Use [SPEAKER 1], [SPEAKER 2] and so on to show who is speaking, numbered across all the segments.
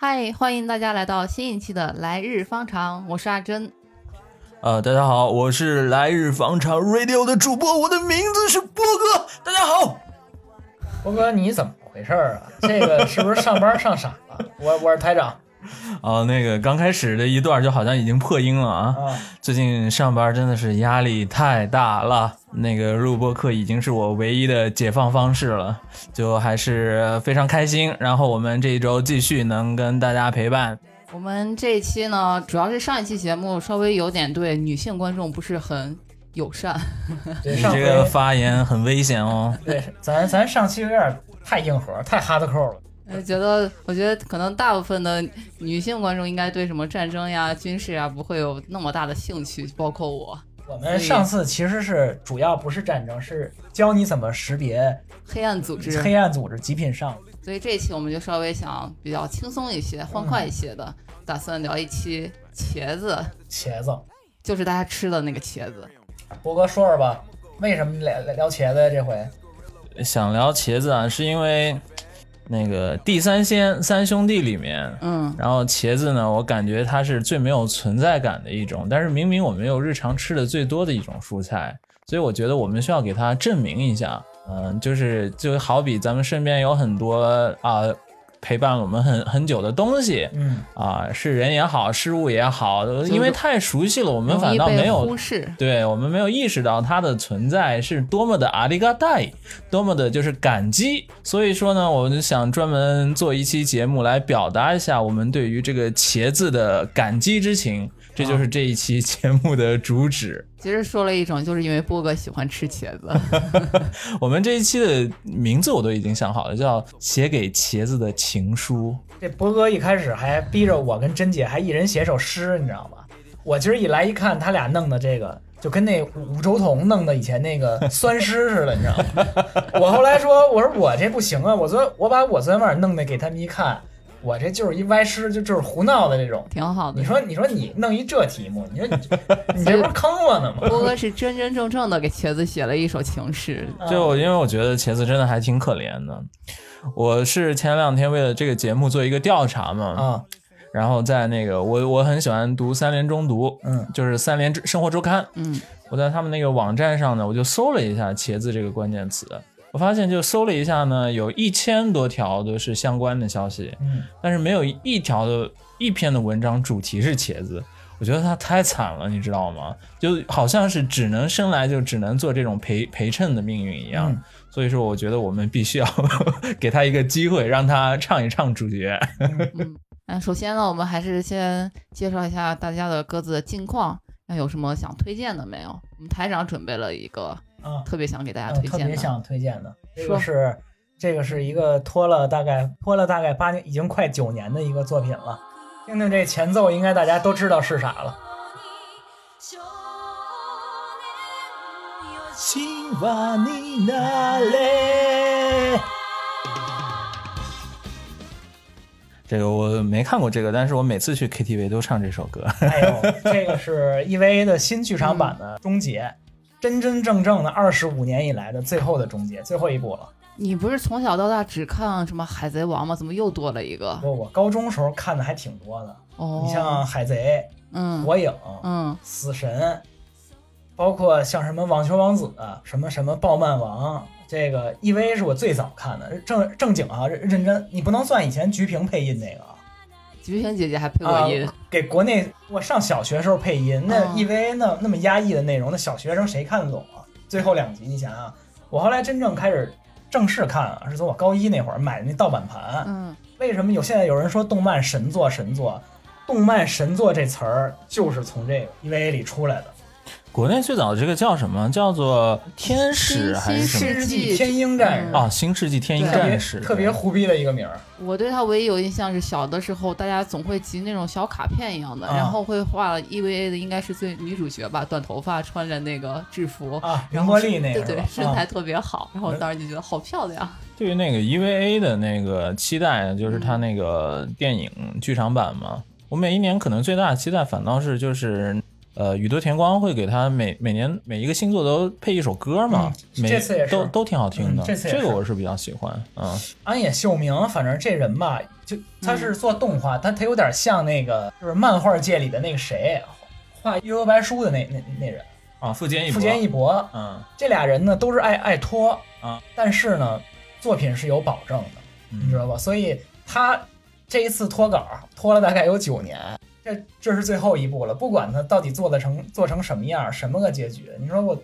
[SPEAKER 1] 嗨，欢迎大家来到新一期的《来日方长》，我是阿珍。
[SPEAKER 2] 呃，大家好，我是来日方长 Radio 的主播，我的名字是波哥。大家好，
[SPEAKER 3] 波哥，你怎么回事儿啊？ 这个是不是上班上傻了？我我是台长
[SPEAKER 2] 哦，那个刚开始的一段就好像已经破音了啊。
[SPEAKER 3] 啊，
[SPEAKER 2] 最近上班真的是压力太大了，那个录播课已经是我唯一的解放方式了，就还是非常开心。然后我们这一周继续能跟大家陪伴，
[SPEAKER 1] 我们这一期呢，主要是上一期节目稍微有点对女性观众不是很友善，
[SPEAKER 3] 对
[SPEAKER 2] 你
[SPEAKER 3] 上
[SPEAKER 2] 这个
[SPEAKER 3] 回
[SPEAKER 2] 发言很危险哦。
[SPEAKER 3] 对，咱咱上期有点太硬核，太哈 a 扣了。
[SPEAKER 1] 呃，觉得我觉得可能大部分的女性观众应该对什么战争呀、军事呀不会有那么大的兴趣，包括我。
[SPEAKER 3] 我们上次其实是主要不是战争，是教你怎么识别
[SPEAKER 1] 黑暗组织，
[SPEAKER 3] 黑暗组织极品上。
[SPEAKER 1] 所以这一期我们就稍微想比较轻松一些、欢快一些的，打算聊一期茄子，
[SPEAKER 3] 茄子。
[SPEAKER 1] 就是大家吃的那个茄子。
[SPEAKER 3] 波哥说说吧，为什么聊聊茄子呀？这回
[SPEAKER 2] 想聊茄子啊，是因为那个地三鲜三兄弟里面，
[SPEAKER 1] 嗯，
[SPEAKER 2] 然后茄子呢，我感觉它是最没有存在感的一种，但是明明我们又日常吃的最多的一种蔬菜，所以我觉得我们需要给它证明一下。嗯，就是就好比咱们身边有很多啊、陪伴了我们很很久的东西
[SPEAKER 3] 嗯，
[SPEAKER 2] 啊、是人也好，事物也好，
[SPEAKER 1] 是
[SPEAKER 2] 因为太熟悉了，我们
[SPEAKER 1] 容
[SPEAKER 2] 反
[SPEAKER 1] 易
[SPEAKER 2] 倒
[SPEAKER 1] 被
[SPEAKER 2] 没有
[SPEAKER 1] 忽视。
[SPEAKER 2] 对我们没有意识到它的存在是多么的阿里嘎带，多么的就是感激。所以说呢，我就想专门做一期节目来表达一下我们对于这个茄子的感激之情。这就是这一期节目的主旨。
[SPEAKER 1] 其实说了一种，就是因为波哥喜欢吃茄子。
[SPEAKER 2] 我们这一期的名字我都已经想好了，叫《写给茄子的情书
[SPEAKER 3] 这波哥一开始还逼着我跟珍姐还一人写首诗，你知道吗？我今儿一来一看，他俩弄的这个就跟那五洲同弄的以前那个酸诗似的，你知道吗？我后来说，我说我这不行啊，我昨我把我昨天晚上弄的给他们一看，我这就是一歪诗，就就是胡闹的这种。
[SPEAKER 1] 挺好的
[SPEAKER 3] 你。说，你说你弄一这题目，你说你这你这不是坑我呢吗？
[SPEAKER 1] 波哥是真真正正的给茄子写了一首情诗，》。
[SPEAKER 2] 就因为我觉得茄子真的还挺可怜的。我是前两天为了这个节目做一个调查嘛，
[SPEAKER 3] 啊，
[SPEAKER 2] 然后在那个我我很喜欢读三联中读，
[SPEAKER 3] 嗯
[SPEAKER 2] 就是三联之生活周刊。
[SPEAKER 1] 嗯，
[SPEAKER 2] 我在他们那个网站上呢，我就搜了一下茄子这个关键词，我发现就搜了一下呢，有一千多条都是相关的消息，
[SPEAKER 3] 嗯，
[SPEAKER 2] 但是没有一条的一篇的文章主题是茄子。我觉得它太惨了，你知道吗？就好像是只能生来就只能做这种陪陪衬的命运一样。
[SPEAKER 3] 嗯
[SPEAKER 2] 所以说，我觉得我们必须要 给他一个机会，让他唱一唱主角。
[SPEAKER 1] 那首先呢，我们还是先介绍一下大家的各自的近况，那有什么想推荐的没有？我们台长准备了一个
[SPEAKER 3] 啊，
[SPEAKER 1] 特别想给大家
[SPEAKER 3] 嗯
[SPEAKER 1] 推
[SPEAKER 3] 特
[SPEAKER 1] 荐
[SPEAKER 3] 别
[SPEAKER 1] 的，
[SPEAKER 3] 想推荐的，这
[SPEAKER 1] 说
[SPEAKER 3] 个是这个是一个拖了大概拖了大概八年，已经快九年的一个作品了。听听这前奏，应该大家都知道是啥了。
[SPEAKER 2] 今晚你哪里？ 这个我没看过这个，但是我每次去 KTV 都唱这首歌。
[SPEAKER 3] 哎呦，这个是 EVA 的新剧场版的终结，真真正正的二十五年以来的最后的终结，最后一部了。
[SPEAKER 1] 你不是从小到大只看什么《海贼王》吗？怎么又多了一个？
[SPEAKER 3] 我我高中时候看的还挺多的，
[SPEAKER 1] 哦，
[SPEAKER 3] 你像海贼、
[SPEAKER 1] 嗯
[SPEAKER 3] 火影、
[SPEAKER 1] 嗯
[SPEAKER 3] 死神，包括像什么网球王子、什么什么暴漫王，这个 EVA 是我最早看的，正正经啊，认认真，你不能算以前菊萍配音那个啊
[SPEAKER 1] 菊萍姐姐还配
[SPEAKER 3] 啊
[SPEAKER 1] 过音，，
[SPEAKER 3] 给国内我上小学时候配音，那
[SPEAKER 1] 嗯
[SPEAKER 3] EVA 那那么压抑的内容，那小学生谁看得懂啊？最后两集，你想想、啊我后来真正开始正式看啊，是从我高一那会儿买的那盗版盘，
[SPEAKER 1] 嗯，
[SPEAKER 3] 为什么有现在有人说动漫神作神作？动漫神作这词儿就是从这个 EVA 里出来的。
[SPEAKER 2] 国内最早的这个叫什么？叫做天使还是什
[SPEAKER 1] 新
[SPEAKER 2] 么？
[SPEAKER 1] 世
[SPEAKER 3] 世
[SPEAKER 1] 纪
[SPEAKER 3] 纪天鹰战士
[SPEAKER 1] 嗯
[SPEAKER 2] 啊，新世纪天鹰
[SPEAKER 3] 特别
[SPEAKER 2] 战士，
[SPEAKER 3] 特别胡逼的一个名儿。啊
[SPEAKER 1] 我对他唯一有印象是小的时候，大家总会集那种小卡片一样的，
[SPEAKER 3] 啊
[SPEAKER 1] 然后会画 EVA 的，应该是最女主角吧，短头发，穿着那个制服，
[SPEAKER 3] 啊，
[SPEAKER 1] 然
[SPEAKER 3] 凌
[SPEAKER 1] 后
[SPEAKER 3] 波
[SPEAKER 1] 是
[SPEAKER 3] 丽那个
[SPEAKER 1] 对
[SPEAKER 3] 是
[SPEAKER 1] 对
[SPEAKER 3] 吧，啊嗯
[SPEAKER 1] 身材特别好，然后我当时就觉得好漂亮。
[SPEAKER 2] 对于 E 那个 EVA 的那个期待，就是它那个电影剧场版嘛，我每一年可能最大的期待反倒是就是。呃，宇多田光会给他每每年每一个星座都配一首歌嘛，
[SPEAKER 3] 嗯
[SPEAKER 2] 每
[SPEAKER 3] 这次也是
[SPEAKER 2] 都都挺好听的，
[SPEAKER 3] 嗯这次也
[SPEAKER 2] 这
[SPEAKER 3] 是
[SPEAKER 2] 个我是比较喜欢啊。
[SPEAKER 3] 安野秀明，反正这人吧，就他是做动画，但他有点像那个就是漫画界里的那个谁，画《幽游白书》的那那那人，
[SPEAKER 2] 啊，富坚义
[SPEAKER 3] 富坚义博。
[SPEAKER 2] 嗯
[SPEAKER 3] 这俩人呢都是爱爱拖
[SPEAKER 2] 啊，
[SPEAKER 3] 但是呢，作品是有保证的，
[SPEAKER 2] 嗯
[SPEAKER 3] 你知道吧？所以他这一次脱稿拖了大概有九年，这这是最后一步了。不管他到底做的成做成什么样，什么个结局，你说我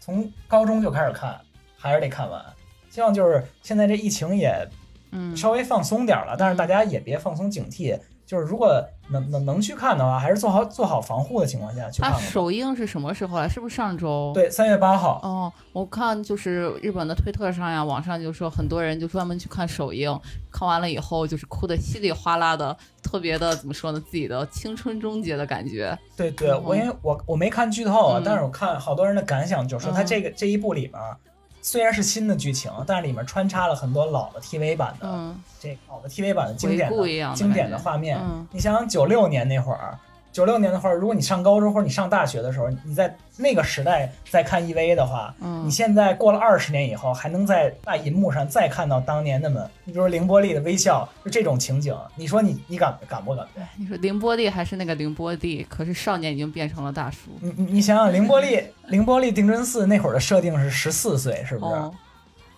[SPEAKER 3] 从高中就开始看，还是得看完。希望就是现在这疫情也
[SPEAKER 1] 嗯，
[SPEAKER 3] 稍微放松点儿了，但是大家也别放松警惕。就是如果能能能去看的话，还是做好做好防护的情况下去看
[SPEAKER 1] 它
[SPEAKER 3] 吧。
[SPEAKER 1] 首映是什么时候啊？是不是上周？。
[SPEAKER 3] 对，三月八号，
[SPEAKER 1] 哦，我看就是日本的推特上呀，网上就说很多人就专门去看首映，看完了以后就是哭的稀里哗啦的，特别的怎么说呢，自己的青春终结的感觉。
[SPEAKER 3] 对对，
[SPEAKER 1] 嗯
[SPEAKER 3] 我因为我我没看剧透啊，
[SPEAKER 1] 嗯
[SPEAKER 3] 但是我看好多人的感想就是
[SPEAKER 1] 嗯
[SPEAKER 3] 说，它这个这一部里面啊虽然是新的剧情，但是里面穿插了很多老的 TV 版的
[SPEAKER 1] 嗯
[SPEAKER 3] 这老的 TV 版的经典
[SPEAKER 1] 回顾一样
[SPEAKER 3] 的
[SPEAKER 1] 的
[SPEAKER 3] 经典的
[SPEAKER 1] 感觉
[SPEAKER 3] 画面
[SPEAKER 1] 嗯。
[SPEAKER 3] 你想想九六年那会儿，九六年的话，如果你上高中或者你上大学的时候，你在那个时代再看 EVA 的话，
[SPEAKER 1] 嗯
[SPEAKER 3] 你，现在过了二十年以后，还能在大银幕上再看到当年那么，你比如凌波丽的微笑，就这种情景，你说你你敢敢不敢？
[SPEAKER 1] 你说凌波丽还是那个凌波丽，可是少年已经变成了大叔。
[SPEAKER 3] 你你你想想，凌波丽，凌波丽定真寺那会儿的设定是十四岁，是不是？
[SPEAKER 1] 哦，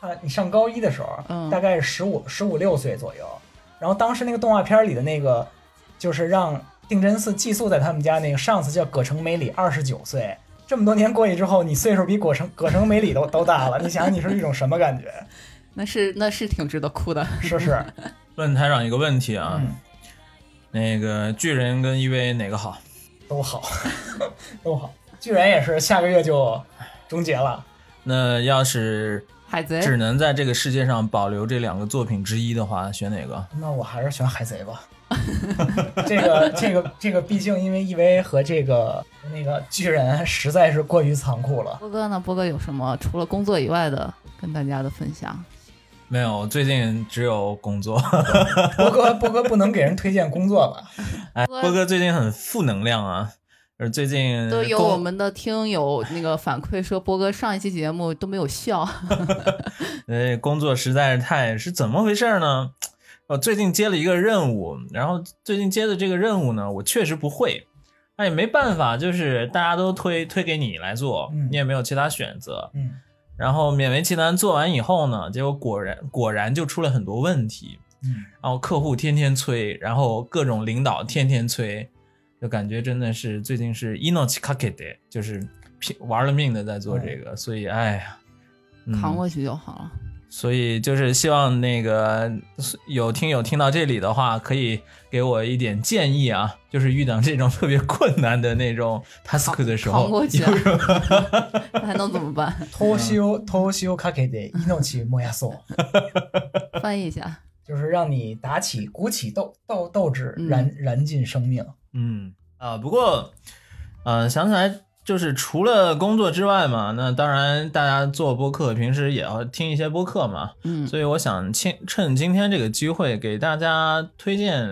[SPEAKER 3] 啊，你上高一的时候，
[SPEAKER 1] 嗯
[SPEAKER 3] 大概是十五十五六岁左右。然后当时那个动画片里的那个，就是让定真寺寄宿在他们家那个上司叫葛城美里，二十九岁。这么多年过去之后，你岁数比葛城葛城美里都都大了，你想想你是一种什么感觉？
[SPEAKER 1] 那是那是挺值得哭的。
[SPEAKER 3] 是不是？
[SPEAKER 2] 问台长一个问题啊，
[SPEAKER 3] 嗯，
[SPEAKER 2] 那个巨人跟 EVA 哪个好？
[SPEAKER 3] 都好， 都好。居然也是下个月就终结了。
[SPEAKER 2] 那要是
[SPEAKER 1] 海贼
[SPEAKER 2] 只能在这个世界上保留这两个作品之一的话，选哪个？
[SPEAKER 3] 那我还是选海贼吧。 这个这个这个，毕竟因为 EVA 和这个那个巨人实在是过于残酷了。
[SPEAKER 1] 波哥呢？波哥有什么除了工作以外的跟大家的分享？
[SPEAKER 2] 没有，我最近只有工作。
[SPEAKER 3] 波哥波哥不能给人推荐工作吧？
[SPEAKER 2] 哎，
[SPEAKER 1] 波
[SPEAKER 2] 波哥最近很负能量啊，而最近
[SPEAKER 1] 都有
[SPEAKER 2] 嗯工
[SPEAKER 1] 我们的听友那个反馈说，波哥上一期节目都没有笑。
[SPEAKER 2] 呃，工作实在是太是怎么回事呢？我最近接了一个任务，然后最近接的这个任务呢，我确实不会，那也没办法，就是大家都推推给你来做
[SPEAKER 3] 嗯，
[SPEAKER 2] 你也没有其他选择。
[SPEAKER 3] 嗯，
[SPEAKER 2] 然后勉为其难做完以后呢，结果果然果然就出了很多问题，
[SPEAKER 3] 嗯，
[SPEAKER 2] 然后客户天天催，然后各种领导天天催，就感觉真的是最近是 inochi k a k e 的，就是拼玩了命的在做这个，所以哎呀，嗯
[SPEAKER 1] 扛过去就好了。
[SPEAKER 2] 所以就是希望那个呃有听友听到这里的话，可以给我一点建议啊，就是遇到这种特别困难的那种 task 的时候，
[SPEAKER 1] 扛过去
[SPEAKER 2] 有什么
[SPEAKER 1] 那 还能怎么办？
[SPEAKER 2] 啊
[SPEAKER 3] 偷修偷修卡给的伊诺奇莫亚索，
[SPEAKER 1] 翻译一下，
[SPEAKER 3] 就是让你打起鼓起斗斗斗志，燃燃尽生命。
[SPEAKER 2] 嗯啊、不过呃，想起来就是除了工作之外嘛，那当然大家做播客平时也要听一些播客嘛，
[SPEAKER 1] 嗯，
[SPEAKER 2] 所以我想趁趁今天这个机会，给大家推荐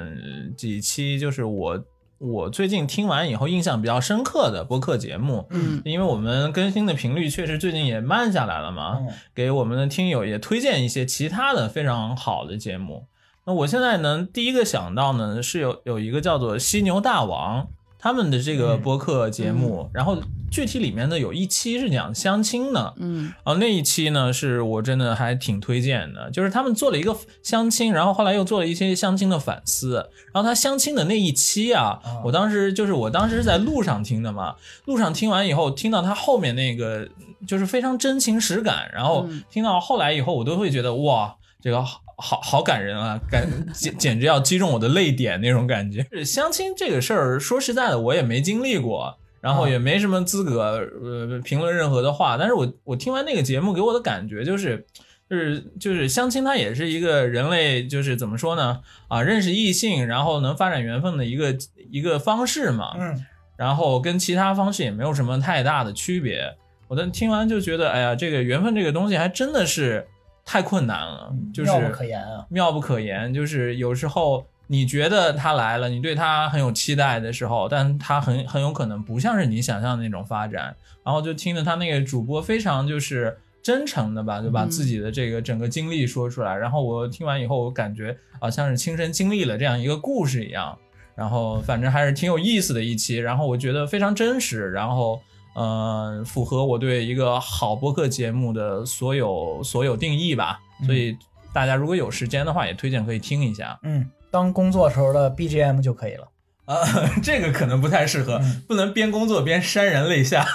[SPEAKER 2] 几期，就是我我最近听完以后印象比较深刻的播客节目。
[SPEAKER 1] 嗯
[SPEAKER 2] 因为我们更新的频率确实最近也慢下来了嘛，
[SPEAKER 3] 嗯，
[SPEAKER 2] 给我们的听友也推荐一些其他的非常好的节目。那我现在呢，第一个想到呢是有有一个叫做犀牛大王他们的这个
[SPEAKER 3] 嗯
[SPEAKER 2] 播客节目，然后具体里面呢有一期是讲相亲的，
[SPEAKER 1] 嗯
[SPEAKER 2] 啊，那一期呢是我真的还挺推荐的，就是他们做了一个相亲，然后后来又做了一些相亲的反思。然后他相亲的那一期啊
[SPEAKER 3] 啊，
[SPEAKER 2] 我当时就是我当时是在路上听的嘛，路上听完以后，听到他后面那个就是非常真情实感，然后
[SPEAKER 1] 嗯
[SPEAKER 2] 听到后来以后，我都会觉得哇，这个好好好感人啊，感 简简直要击中我的泪点那种感觉。是相亲这个事儿，说实在的，我也没经历过，然后
[SPEAKER 3] 啊
[SPEAKER 2] 也没什么资格呃评论任何的话。但是我我听完那个节目，给我的感觉就是。就是就是相亲，它也是一个人类，就是怎么说呢？啊，认识异性，然后能发展缘分的一个一个方式嘛。
[SPEAKER 3] 嗯，
[SPEAKER 2] 然后跟其他方式也没有什么太大的区别。我的听完就觉得，哎呀，这个缘分这个东西还真的是太困难了，就是
[SPEAKER 3] 嗯妙不可言啊。
[SPEAKER 2] 妙不可言。就是有时候你觉得他来了，你对他很有期待的时候，但他很很有可能不像是你想象的那种发展。然后就听着他那个主播非常就是真诚的吧，就把
[SPEAKER 1] 嗯
[SPEAKER 2] 自己的这个整个经历说出来。然后我听完以后，我感觉好像是亲身经历了这样一个故事一样。然后反正还是挺有意思的一期，然后我觉得非常真实，然后嗯、呃符合我对一个好播客节目的所有所有定义吧。所以大家如果有时间的话，也推荐可以听一下。
[SPEAKER 3] 嗯，当工作时候的 BGM 就可以了。
[SPEAKER 2] 啊， 这个可能不太适合，
[SPEAKER 3] 嗯
[SPEAKER 2] 不能边工作边潸然泪下，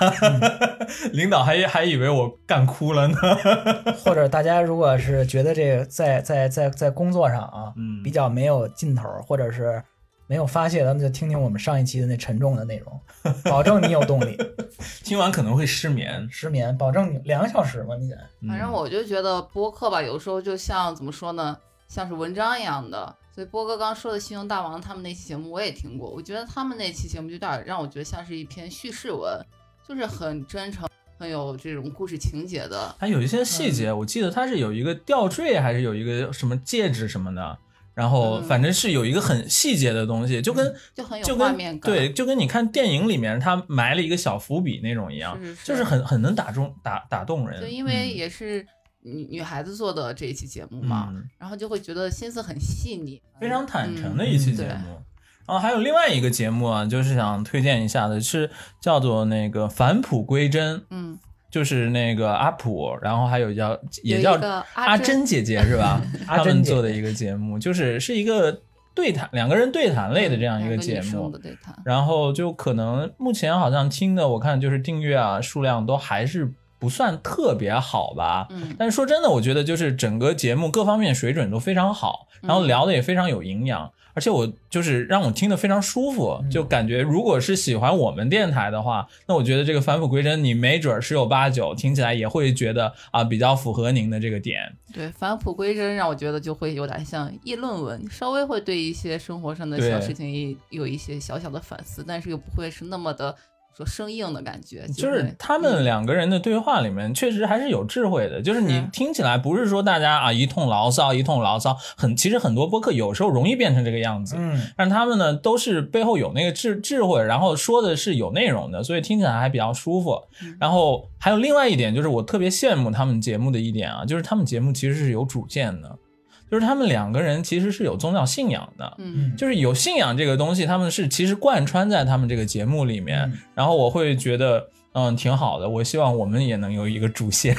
[SPEAKER 2] 领导还还以为我干哭了呢。
[SPEAKER 3] 或者大家如果是觉得这个在在在在工作上啊，
[SPEAKER 2] 嗯
[SPEAKER 3] 比较没有劲头，或者是没有发泄，咱们就听听我们上一期的那沉重的 内容，保证你有动力。
[SPEAKER 2] 听完可能会失眠。
[SPEAKER 3] 失眠，保证你两个小时嘛，你得
[SPEAKER 2] 嗯
[SPEAKER 1] 反正我就觉得播客吧，有时候就像怎么说呢，像是文章一样的。所以波哥刚说的《信用大王》他们那期节目我也听过，我觉得他们那期节目就有点让我觉得像是一篇叙事文，就是很真诚、很有这种故事情节的。
[SPEAKER 2] 它有一些细
[SPEAKER 1] 嗯
[SPEAKER 2] 节，我记得它是有一个吊坠，还是有一个什么戒指什么的，然后
[SPEAKER 1] 嗯
[SPEAKER 2] 反正是有一个很细节的东西，就跟
[SPEAKER 1] 就很
[SPEAKER 2] 就
[SPEAKER 1] 有画面感，
[SPEAKER 2] 跟对，就跟你看电影里面他埋了一个小伏笔那种一样，
[SPEAKER 1] 是是是
[SPEAKER 2] 就是很很能打中打打动人。
[SPEAKER 1] 就嗯因为
[SPEAKER 2] 嗯
[SPEAKER 1] 也是女女孩子做的这一期节目嘛，
[SPEAKER 2] 嗯
[SPEAKER 1] 然后就会觉得心思很细腻，
[SPEAKER 2] 非常坦诚
[SPEAKER 1] 嗯
[SPEAKER 2] 的一期
[SPEAKER 1] 嗯
[SPEAKER 2] 节
[SPEAKER 1] 对
[SPEAKER 2] 目。然后还有另外一个节目啊，就是想推荐一下的，是叫做那个返璞归真，
[SPEAKER 1] 嗯，
[SPEAKER 2] 就是那个阿普，然后还有叫也
[SPEAKER 1] 有一
[SPEAKER 2] 叫
[SPEAKER 1] 个
[SPEAKER 2] 阿
[SPEAKER 1] 阿
[SPEAKER 2] 珍姐姐是吧？
[SPEAKER 3] 阿
[SPEAKER 2] 他
[SPEAKER 3] 珍
[SPEAKER 2] 们
[SPEAKER 3] 姐
[SPEAKER 2] 做的一个节目，就是是一个对谈，两个人对谈类的这样一
[SPEAKER 1] 嗯两个
[SPEAKER 2] 节
[SPEAKER 1] 女生
[SPEAKER 2] 目
[SPEAKER 1] 的。对谈，
[SPEAKER 2] 然后就可能目前好像听的，我看就是订阅啊数量都还是不算特别好吧。
[SPEAKER 1] 嗯，
[SPEAKER 2] 但是说真的，我觉得就是整个节目各方面水准都非常好，
[SPEAKER 1] 嗯
[SPEAKER 2] 然后聊的也非常有营养，而且我就是让我听得非常舒服，
[SPEAKER 3] 嗯
[SPEAKER 2] 就感觉如果是喜欢我们电台的话，那我觉得这个返璞归真，你没准儿十有八九听起来也会觉得啊比较符合您的这个点。
[SPEAKER 1] 对，返璞归真让我觉得就会有点像议论文，稍微会对一些生活上的小
[SPEAKER 2] 对
[SPEAKER 1] 事情也有一些小小的反思，但是又不会是那么的说生硬的感觉，
[SPEAKER 2] 就
[SPEAKER 1] 会
[SPEAKER 2] 是他们两个人的对话里面，确实还是有智慧的。就是你
[SPEAKER 1] 是
[SPEAKER 2] 听起来不是说大家啊一通牢骚一通牢骚，很其实很多播客有时候容易变成这个样子。
[SPEAKER 3] 嗯，
[SPEAKER 2] 但他们呢都是背后有那个智智慧，然后说的是有内容的，所以听起来还比较舒服。
[SPEAKER 1] 嗯
[SPEAKER 2] 然后还有另外一点，就是我特别羡慕他们节目的一点啊，就是他们节目其实是有主见的，就是他们两个人其实是有宗教信仰的。
[SPEAKER 1] 嗯
[SPEAKER 2] 就是有信仰这个东西，他们是其实贯穿在他们这个节目里面，
[SPEAKER 3] 嗯
[SPEAKER 2] 然后我会觉得，嗯，挺好的。我希望我们也能有一个主 线，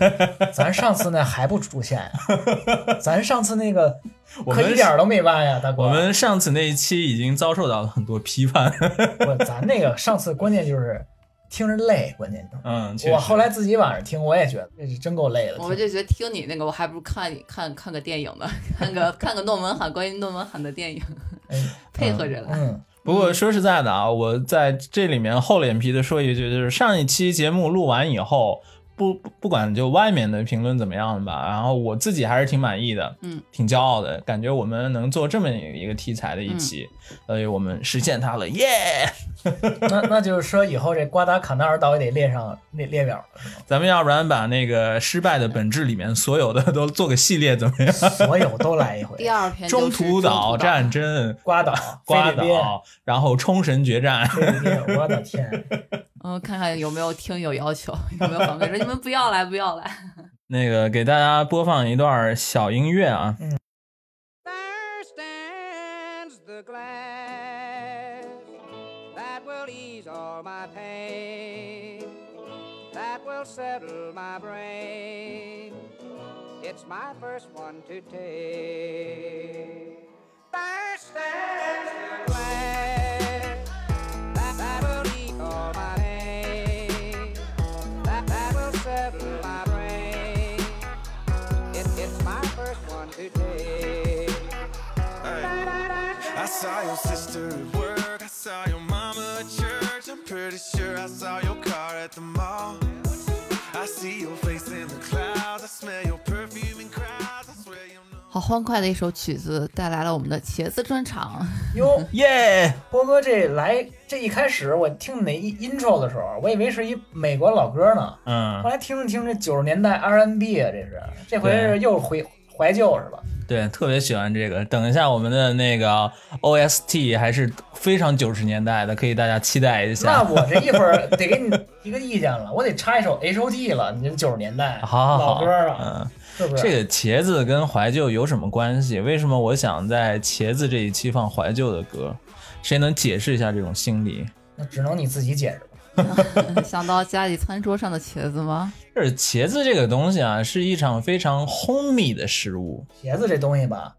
[SPEAKER 3] 咱上次那还不出现，咱上次那个
[SPEAKER 2] 我
[SPEAKER 3] 可
[SPEAKER 2] 们
[SPEAKER 3] 一点儿都没弯呀，大哥。
[SPEAKER 2] 我们上次那一期已经遭受到了很多批判，
[SPEAKER 3] 不，咱那个上次关键就是听着累，关键就是。
[SPEAKER 2] 嗯，确
[SPEAKER 3] 我
[SPEAKER 2] 实
[SPEAKER 3] 后来自己晚上听，我也觉得这是真够累的。
[SPEAKER 1] 我就觉得听你那个，我还不如看看看个电影呢，看个看个诺门罕关于诺门罕的电影，
[SPEAKER 3] 哎
[SPEAKER 1] 配合着来。
[SPEAKER 3] 嗯，
[SPEAKER 2] 不过说实在的啊，我在这里面厚脸皮的说一句，就是上一期节目录完以后，不不不管就外面的评论怎么样吧，然后我自己还是挺满意的，
[SPEAKER 1] 嗯，
[SPEAKER 2] 挺骄傲的，感觉我们能做这么一个题材的一期，
[SPEAKER 3] 嗯
[SPEAKER 2] 所以我们实现它了，耶！
[SPEAKER 3] 那那就是说以后这瓜达坎纳尔岛也得列上列列表了，是吗？
[SPEAKER 2] 咱们要不然把那个《失败的本质》里面所有的都做个系列怎么样？
[SPEAKER 3] 所有都来一回
[SPEAKER 1] 第，二篇
[SPEAKER 2] 中
[SPEAKER 1] 就是
[SPEAKER 2] 途岛战争、
[SPEAKER 3] 瓜岛、
[SPEAKER 2] 瓜
[SPEAKER 3] 菲律宾
[SPEAKER 2] 岛，然后冲绳决战。
[SPEAKER 3] 菲律宾，哎我的天！
[SPEAKER 1] 嗯，看看有没有听友要求，有没有反馈说你们不要来，不要来。
[SPEAKER 2] 那个给大家播放一段小音乐啊。
[SPEAKER 3] 嗯
[SPEAKER 4] There stands the glass that will ease all my pain, that will settle my brain. It's my first one to take. There stands the glass that, that will ease all my pain, that, that will settle my brain. It, it's my first one today.
[SPEAKER 5] I saw your sister at work. I saw your mama at church. I'm pretty sure I saw your car at the mall. I see your face in the clouds. I smell your perfume in crowds. I swear you know.
[SPEAKER 1] 好欢快的一首曲子带来了我们的茄子专场。
[SPEAKER 3] 哟，
[SPEAKER 2] 耶！
[SPEAKER 3] 波哥这来这一开始，我听哪一 intro 的时候，我以为是一美国老歌呢，
[SPEAKER 2] 嗯
[SPEAKER 3] 后，来听着听着九十年代 R&B 啊，这是这回
[SPEAKER 2] 对
[SPEAKER 3] 是又回怀旧是吧？
[SPEAKER 2] 对，特别喜欢这个。等一下，我们的那个 OST 还是非常九十年代的，可以大家期待一
[SPEAKER 3] 那
[SPEAKER 2] 下。
[SPEAKER 3] 我这一会儿得给你一个意见了，我得插一首 H O T 了，你这九十年代
[SPEAKER 2] 好好好，
[SPEAKER 3] 老歌啊，
[SPEAKER 2] 嗯，
[SPEAKER 3] 是不是？
[SPEAKER 2] 这个茄子跟怀旧有什么关系？为什么我想在茄子这一期放怀旧的歌？谁能解释一下这种心理？
[SPEAKER 3] 那只能你自己解释吧。
[SPEAKER 1] 想到家里餐桌上的茄子吗？
[SPEAKER 2] 就是茄子这个东西啊，是一场非常轰密的食物。
[SPEAKER 3] 茄子这东西吧，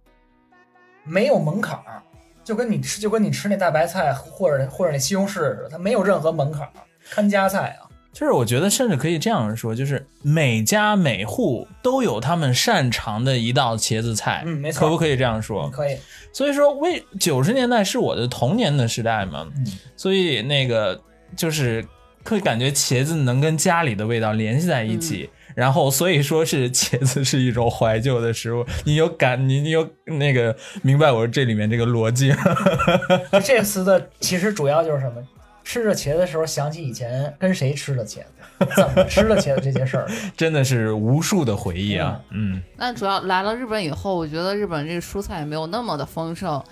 [SPEAKER 3] 没有门槛儿，就跟你吃就跟你吃那大白菜或者或者那西红柿似的，它没有任何门槛儿，看家菜啊。
[SPEAKER 2] 就是我觉得，甚至可以这样说，就是每家每户都有他们擅长的一道茄子菜，
[SPEAKER 3] 嗯没错嗯
[SPEAKER 2] 可不可以这样说？
[SPEAKER 3] 可以，
[SPEAKER 2] 所以说，为九十年代是我的童年的时代嘛，
[SPEAKER 3] 嗯
[SPEAKER 2] 所以那个就是会感觉茄子能跟家里的味道联系在一起，
[SPEAKER 3] 嗯
[SPEAKER 2] 然后所以说是茄子是一种怀旧的食物。你有感，你你有那个明白我这里面这个逻辑吗？
[SPEAKER 3] 就这次的其实主要就是什么？吃着茄子的时候想起以前跟谁吃的茄子，怎么吃的茄子这 些事儿。
[SPEAKER 2] 真的是无数的回忆啊，嗯，
[SPEAKER 1] 但主要来了日本以后，我觉得日本这个蔬菜也没有那么的丰盛，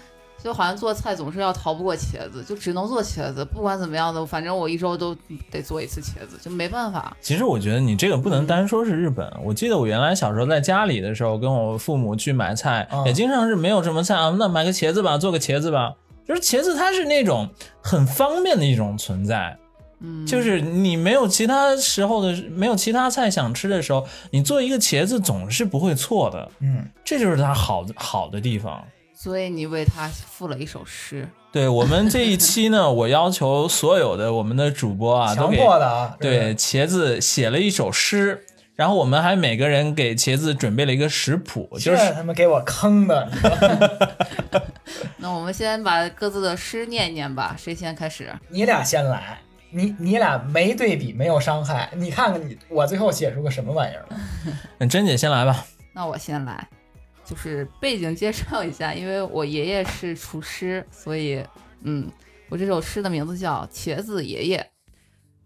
[SPEAKER 1] 就好像做菜总是要逃不过茄子，就只能做茄子。不管怎么样的，反正我一周都得做一次茄子，就没办法。
[SPEAKER 2] 其实我觉得你这个不能单说是日本。我记得我原来小时候在家里的时候，跟我父母去买菜，
[SPEAKER 3] 嗯
[SPEAKER 2] 也经常是没有什么菜啊，那买个茄子吧，做个茄子吧。就是茄子，它是那种很方便的一种存在，
[SPEAKER 1] 嗯，
[SPEAKER 2] 就是你没有其他时候的，没有其他菜想吃的时候，你做一个茄子总是不会错的，
[SPEAKER 3] 嗯，
[SPEAKER 2] 这就是它好的好的地方。
[SPEAKER 1] 所以你为他赋了一首诗。
[SPEAKER 2] 对我们这一期呢， 我要求所有的我们的主播啊，都
[SPEAKER 3] 强
[SPEAKER 2] 给
[SPEAKER 3] 迫的啊。这
[SPEAKER 2] 对，
[SPEAKER 3] 是，
[SPEAKER 2] 茄子写了一首诗，然后我们还每个人给茄子准备了一个食谱，就
[SPEAKER 3] 这
[SPEAKER 2] 是
[SPEAKER 3] 他妈给我坑的。
[SPEAKER 1] 那我们先把各自的诗念一念吧，谁先开始？
[SPEAKER 3] 你俩先来，你你俩没对比，没有伤害，你看看你我最后写出个什么玩意儿来？
[SPEAKER 2] 嗯珍姐先来吧。
[SPEAKER 1] 那我先来，就是背景介绍一下，因为我爷爷是厨师，所以嗯，我这首诗的名字叫《茄子爷爷》。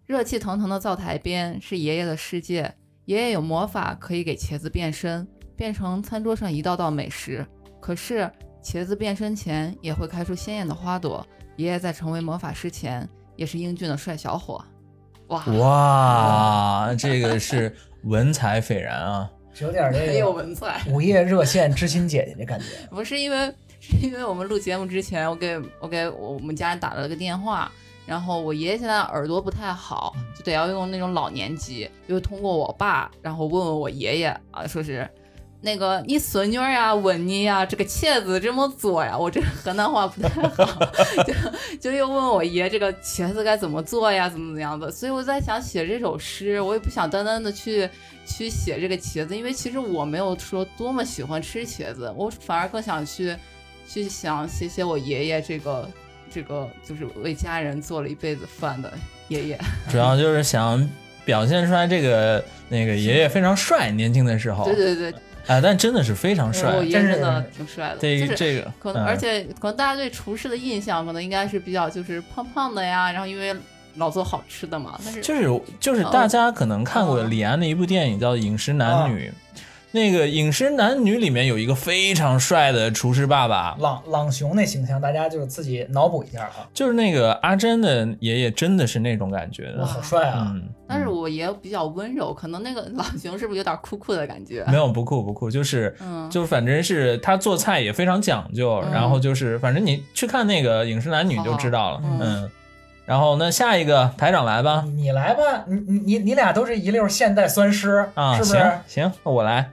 [SPEAKER 1] 热气腾腾的灶台边是爷爷的世界，爷爷有魔法可以给茄子变身，变成餐桌上一道道美食。可是茄子变身前也会开出鲜艳的花朵，爷爷在成为魔法师前也是英俊的帅小伙。哇，
[SPEAKER 2] 哇，这个是文采斐然啊！
[SPEAKER 3] 是有点
[SPEAKER 1] 很
[SPEAKER 3] 这
[SPEAKER 1] 有
[SPEAKER 3] 个
[SPEAKER 1] 文采。
[SPEAKER 3] 午夜热线知心姐姐这感觉。
[SPEAKER 1] 不是因为，是因为我们录节目之前，我给我给我们家人打了个电话，然后我爷爷现在耳朵不太好，就得要用那种老年机，又通过我爸，然后问问我爷爷啊，说是那个你孙女儿呀、问你呀、这个茄子怎么做呀？我这河南话不太好， 就就又问我爷这个茄子该怎么做呀，怎么怎么样的。所以我在想写这首诗，我也不想单单的去去写这个茄子，因为其实我没有说多么喜欢吃茄子，我反而更想去去想写写我爷爷这个这个就是为家人做了一辈子饭的爷爷。
[SPEAKER 2] 主要就是想表现出来这个那个爷爷非常帅，年轻的时候，
[SPEAKER 1] 对对对，
[SPEAKER 2] 啊，但真的是非常帅
[SPEAKER 1] 我。爷爷
[SPEAKER 3] 真是
[SPEAKER 1] 真的挺帅的，
[SPEAKER 2] 这
[SPEAKER 1] 就是
[SPEAKER 2] 这个，
[SPEAKER 1] 可能，
[SPEAKER 2] 嗯
[SPEAKER 1] 而且可能大家对厨师的印象，可能应该是比较就是胖胖的呀，然后因为老做好吃的嘛。但是
[SPEAKER 2] 就是就是
[SPEAKER 1] 哦
[SPEAKER 2] 大家可能看过
[SPEAKER 1] 哦
[SPEAKER 2] 李安的一部电影叫《饮食男
[SPEAKER 1] 嗯
[SPEAKER 2] 女》，那个《饮食男女》里面有一个非常帅的厨师爸爸，
[SPEAKER 3] 朗朗雄那形象，大家就是自己脑补一下啊，
[SPEAKER 2] 就是那个阿珍的爷爷真的是那种感觉
[SPEAKER 3] 哇，
[SPEAKER 2] 的，
[SPEAKER 3] 好帅啊！
[SPEAKER 2] 嗯，
[SPEAKER 1] 但是
[SPEAKER 2] 嗯
[SPEAKER 1] 我爷比较温柔，可能那个 老熊是不是有点酷酷的感觉？
[SPEAKER 2] 嗯没有不酷不酷，就是。
[SPEAKER 1] 嗯，
[SPEAKER 2] 就是反正是他做菜也非常讲究，
[SPEAKER 1] 嗯
[SPEAKER 2] 然后就是反正你去看那个《饮食男女》就知道了，
[SPEAKER 1] 好好
[SPEAKER 2] 嗯然后那下一个台长来吧，
[SPEAKER 3] 你你来吧，你你你你俩都是一溜现代酸诗，
[SPEAKER 2] 啊，
[SPEAKER 3] 是不是？
[SPEAKER 2] 行行，那我来。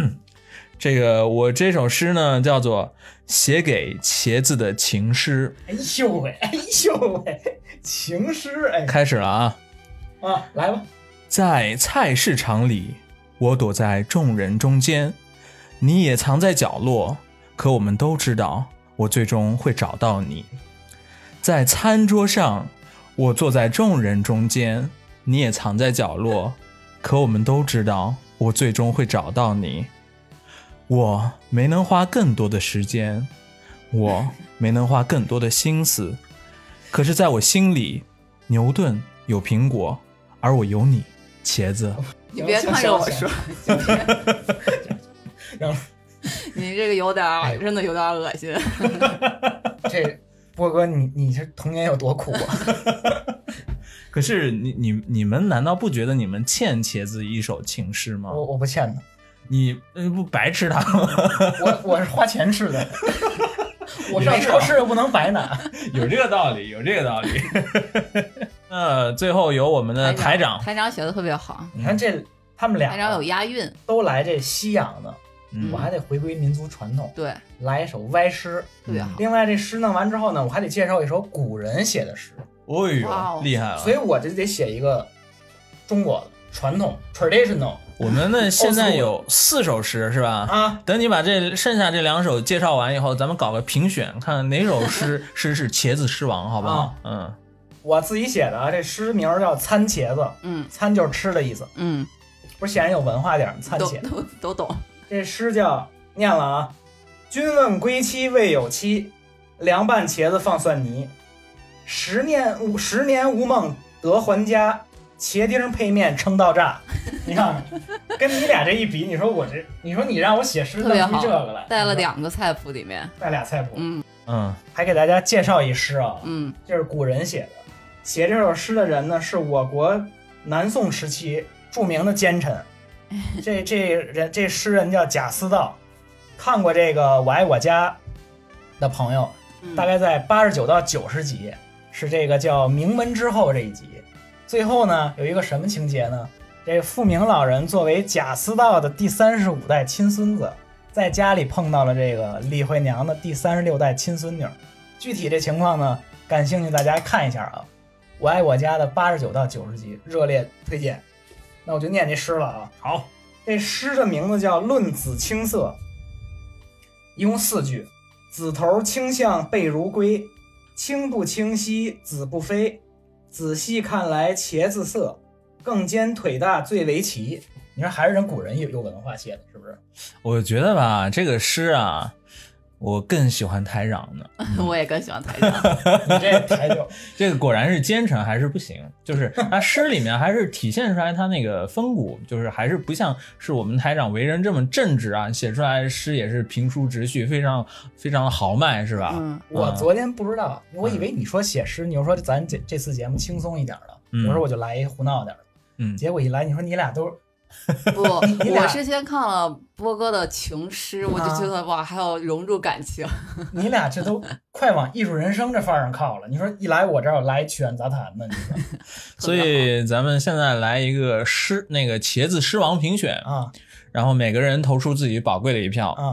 [SPEAKER 2] 这个我这首诗呢叫做《写给茄子的情诗
[SPEAKER 3] 哎呦喂，哎呦喂，情诗哎》，
[SPEAKER 2] 开始了啊。
[SPEAKER 3] 啊，来吧，
[SPEAKER 2] 在菜市场里，我躲在众人中间，你也藏在角落。可我们都知道，我最终会找到你。在餐桌上，我坐在众人中间，你也藏在角落。可我们都知道，我最终会找到你。我没能花更多的时间，我没能花更多的心思，可是在我心里，牛顿有苹果，而我有你，茄子。
[SPEAKER 1] 你别看着我说，
[SPEAKER 3] 然后
[SPEAKER 1] 你这个有点儿真的有点儿恶心。
[SPEAKER 3] 这波哥，你你是童年有多苦 啊？
[SPEAKER 2] 可是你你你们难道不觉得你们欠茄子一首情诗吗？
[SPEAKER 3] 我我不欠的，
[SPEAKER 2] 你呃不白吃它吗？
[SPEAKER 3] 我我是花钱吃的， 我上超市又不能白拿。
[SPEAKER 2] 有这个道理，有这个道理。 那最后由我们的台长，
[SPEAKER 1] 台长写的特别好，
[SPEAKER 3] 你看这他们
[SPEAKER 1] 台长有押
[SPEAKER 3] 俩
[SPEAKER 1] 韵，
[SPEAKER 3] 都来这西洋的，
[SPEAKER 2] 嗯
[SPEAKER 3] 哎我还得回归民族传统，
[SPEAKER 1] 对，
[SPEAKER 3] 来一首歪诗。
[SPEAKER 1] 特别好。
[SPEAKER 3] 另外这诗弄完之后呢，我还得介绍一首古人写的诗，
[SPEAKER 2] 哦
[SPEAKER 1] 哇哦
[SPEAKER 2] 呦，厉害了！
[SPEAKER 3] 所以我就得写一个中国的传统 traditional
[SPEAKER 2] 我们呢现在有四首诗是吧？
[SPEAKER 3] 啊，
[SPEAKER 2] 等你把这剩下这两首介绍完以后，咱们搞个评选，看看哪首诗 诗是茄子诗王，好不好
[SPEAKER 3] 啊？
[SPEAKER 2] 嗯，
[SPEAKER 3] 我自己写的啊，这诗名叫《参茄子》，
[SPEAKER 1] 嗯
[SPEAKER 3] 参就是吃的意思，
[SPEAKER 1] 嗯，
[SPEAKER 3] 不是显然有文化点儿吗？参
[SPEAKER 1] 都
[SPEAKER 3] 茄。
[SPEAKER 1] 都都懂。
[SPEAKER 3] 这诗叫念了啊，君问归期未有期，凉拌茄子放蒜泥。十年无十年无梦得还家，茄丁配面撑到炸。 你看，跟你俩这一比，你说我这，你说你让我写诗
[SPEAKER 1] 特别
[SPEAKER 3] 弄出
[SPEAKER 1] 好
[SPEAKER 3] 这个来，
[SPEAKER 1] 带了两个菜谱里面，
[SPEAKER 3] 带俩菜谱，
[SPEAKER 1] 嗯
[SPEAKER 2] 嗯，
[SPEAKER 3] 还给大家介绍一诗啊，
[SPEAKER 1] 嗯
[SPEAKER 3] 这是古人写的。写这首诗的人呢，是我国南宋时期著名的奸臣。这这人这诗人叫贾似道，看过这个《我爱我家》的朋友，
[SPEAKER 1] 嗯，
[SPEAKER 3] 大概在八十九到九十集，是这个叫名门之后这一集。最后呢，有一个什么情节呢？这富明老人作为贾似道的第三十五代亲孙子，在家里碰到了这个李惠娘的第三十六代亲孙女。具体这情况呢，感兴趣大家看一下啊，《我爱我家》的八十九到九十集，热烈推荐。那我就念这诗了啊。
[SPEAKER 2] 好，
[SPEAKER 3] 这诗的名字叫《论子青色》，一共四句：子头倾向背如龟，清不清兮子不飞。仔细看来茄子色，更兼腿大最为奇。你说还是人古人有有文化写的，是不是？
[SPEAKER 2] 我觉得吧，这个诗啊，我更喜欢台长呢。
[SPEAKER 1] 我也更喜欢台长。
[SPEAKER 3] 你这台就
[SPEAKER 2] 这个果然是奸臣还是不行，就是他诗里面还是体现出来他那个风骨，就是还是不像是我们台长为人这么正直啊，写出来的诗也是平抒直叙，非常非常的豪迈，是吧？
[SPEAKER 1] 嗯，
[SPEAKER 3] 我昨天不知道，我以为你说写诗，你就说咱这这次节目轻松一点的，
[SPEAKER 2] 嗯
[SPEAKER 3] 我说我就来一胡闹点的。
[SPEAKER 2] 嗯
[SPEAKER 3] 结果一来，你说你俩都
[SPEAKER 1] 不，
[SPEAKER 3] 你俩
[SPEAKER 1] 我是先看了波哥的情诗，我就
[SPEAKER 3] 啊
[SPEAKER 1] 觉得哇，还有融入感情。
[SPEAKER 3] 你俩这都快往艺术人生这范儿上靠了。你说一来我这儿来一曲苑杂谈呢，你说
[SPEAKER 2] 所以咱们现在来一个诗那个茄子诗王评选，
[SPEAKER 1] 嗯
[SPEAKER 3] 啊
[SPEAKER 2] 然后每个人投出自己宝贵的一票。
[SPEAKER 3] 啊，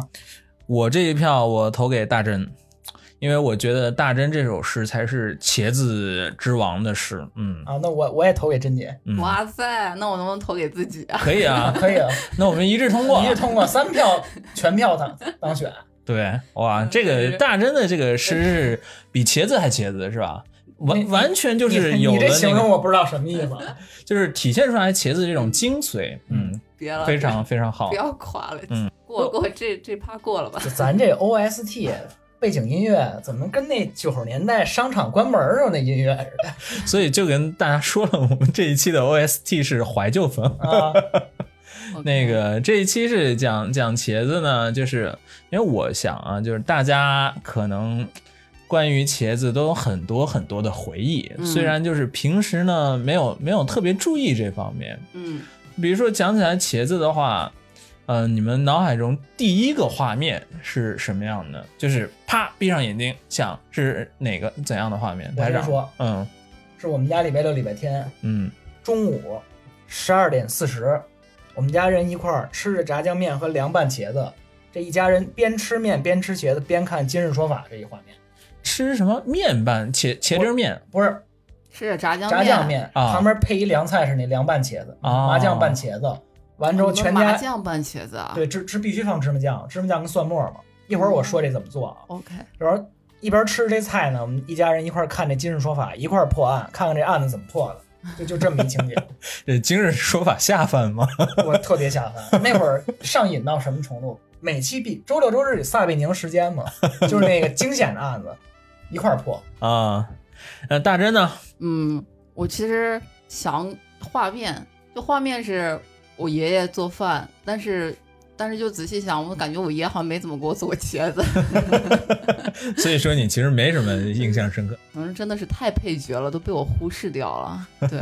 [SPEAKER 2] 我这一票我投给大真，因为我觉得大真这首诗才是茄子之王的诗。嗯，
[SPEAKER 3] 啊，那我我也投给甄姐，
[SPEAKER 2] 嗯
[SPEAKER 1] 哇塞，那我能不能投给自己啊？
[SPEAKER 2] 可以啊，
[SPEAKER 3] 可 以啊，
[SPEAKER 2] 那我们一致通过啊
[SPEAKER 3] 一。致通过三票全票当当选，
[SPEAKER 2] 对，哇，
[SPEAKER 1] 嗯
[SPEAKER 2] 这
[SPEAKER 1] 就
[SPEAKER 2] 个
[SPEAKER 1] 是
[SPEAKER 2] 大真的这个诗是比茄子还茄子是吧？
[SPEAKER 3] 你
[SPEAKER 2] 完完全就是
[SPEAKER 3] 你
[SPEAKER 2] 有
[SPEAKER 3] 你
[SPEAKER 2] 了
[SPEAKER 3] 这形
[SPEAKER 2] 那
[SPEAKER 3] 容
[SPEAKER 2] 个，
[SPEAKER 3] 我不知道什么意思，啊
[SPEAKER 2] 就是体现出来茄子这种精髓，嗯，
[SPEAKER 1] 别了，
[SPEAKER 2] 非常非常好
[SPEAKER 1] 不。要垮了
[SPEAKER 2] 嗯，
[SPEAKER 1] 过过这这趴过了吧。
[SPEAKER 3] 就咱这 OST 背景音乐怎么跟那九十年代商场关门儿时候那音乐似的
[SPEAKER 2] 所以就跟大家说了，我们这一期的 OST 是怀旧风。
[SPEAKER 3] 啊？
[SPEAKER 2] 那个这一期是讲讲茄子呢，就是因为我想啊，就是大家可能关于茄子都有很多很多的回忆，
[SPEAKER 1] 嗯
[SPEAKER 2] 虽然就是平时呢没有没有特别注意这方面，
[SPEAKER 1] 嗯，
[SPEAKER 2] 比如说讲起来茄子的话，呃，你们脑海中第一个画面是什么样的？就是啪闭上眼睛想是哪个怎样的画面？
[SPEAKER 3] 我
[SPEAKER 2] 台
[SPEAKER 3] 先
[SPEAKER 2] 长，
[SPEAKER 3] 说，
[SPEAKER 2] 嗯
[SPEAKER 3] 是我们家礼拜六礼拜天
[SPEAKER 2] 嗯
[SPEAKER 3] 中午十二点四十，我们家人一块儿吃着炸酱面和凉拌茄子，这一家人边吃面边吃茄子边看《今日说法》这一画面，
[SPEAKER 2] 吃什么面拌茄茄汁面？
[SPEAKER 3] 不是
[SPEAKER 1] 吃着炸酱
[SPEAKER 3] 炸酱面，
[SPEAKER 2] 啊
[SPEAKER 3] 旁边配一凉菜是那凉拌茄子，
[SPEAKER 2] 哦
[SPEAKER 3] 麻酱拌茄子，完之后
[SPEAKER 1] 你们
[SPEAKER 3] 全
[SPEAKER 1] 哦麻
[SPEAKER 3] 家
[SPEAKER 1] 酱拌茄子啊。
[SPEAKER 3] 对芝芝必须放芝麻酱，芝麻酱跟蒜末嘛。一会儿我说这怎么做啊？
[SPEAKER 1] ，OK，
[SPEAKER 3] 然后一边吃这菜呢，我们一家人一块儿看这《今日说法》，一块儿破案，看看这案子怎么破的，就就这么一情节，
[SPEAKER 2] 这今日说法下饭吗？
[SPEAKER 3] 啊我特别下饭。那会儿上瘾到什么程度？每期必周六周日撒贝宁时间嘛，就是那个惊险的案子，一块儿破。
[SPEAKER 2] 啊。呃，大真呢？
[SPEAKER 1] 嗯，我其实想画面，就画面是我爷爷做饭，但是但是就仔细想，我感觉我爷好像没怎么给我做过茄子，
[SPEAKER 2] 所以说你其实没什么印象深刻，
[SPEAKER 1] 可能真的是太配角了，都被我忽视掉了。对，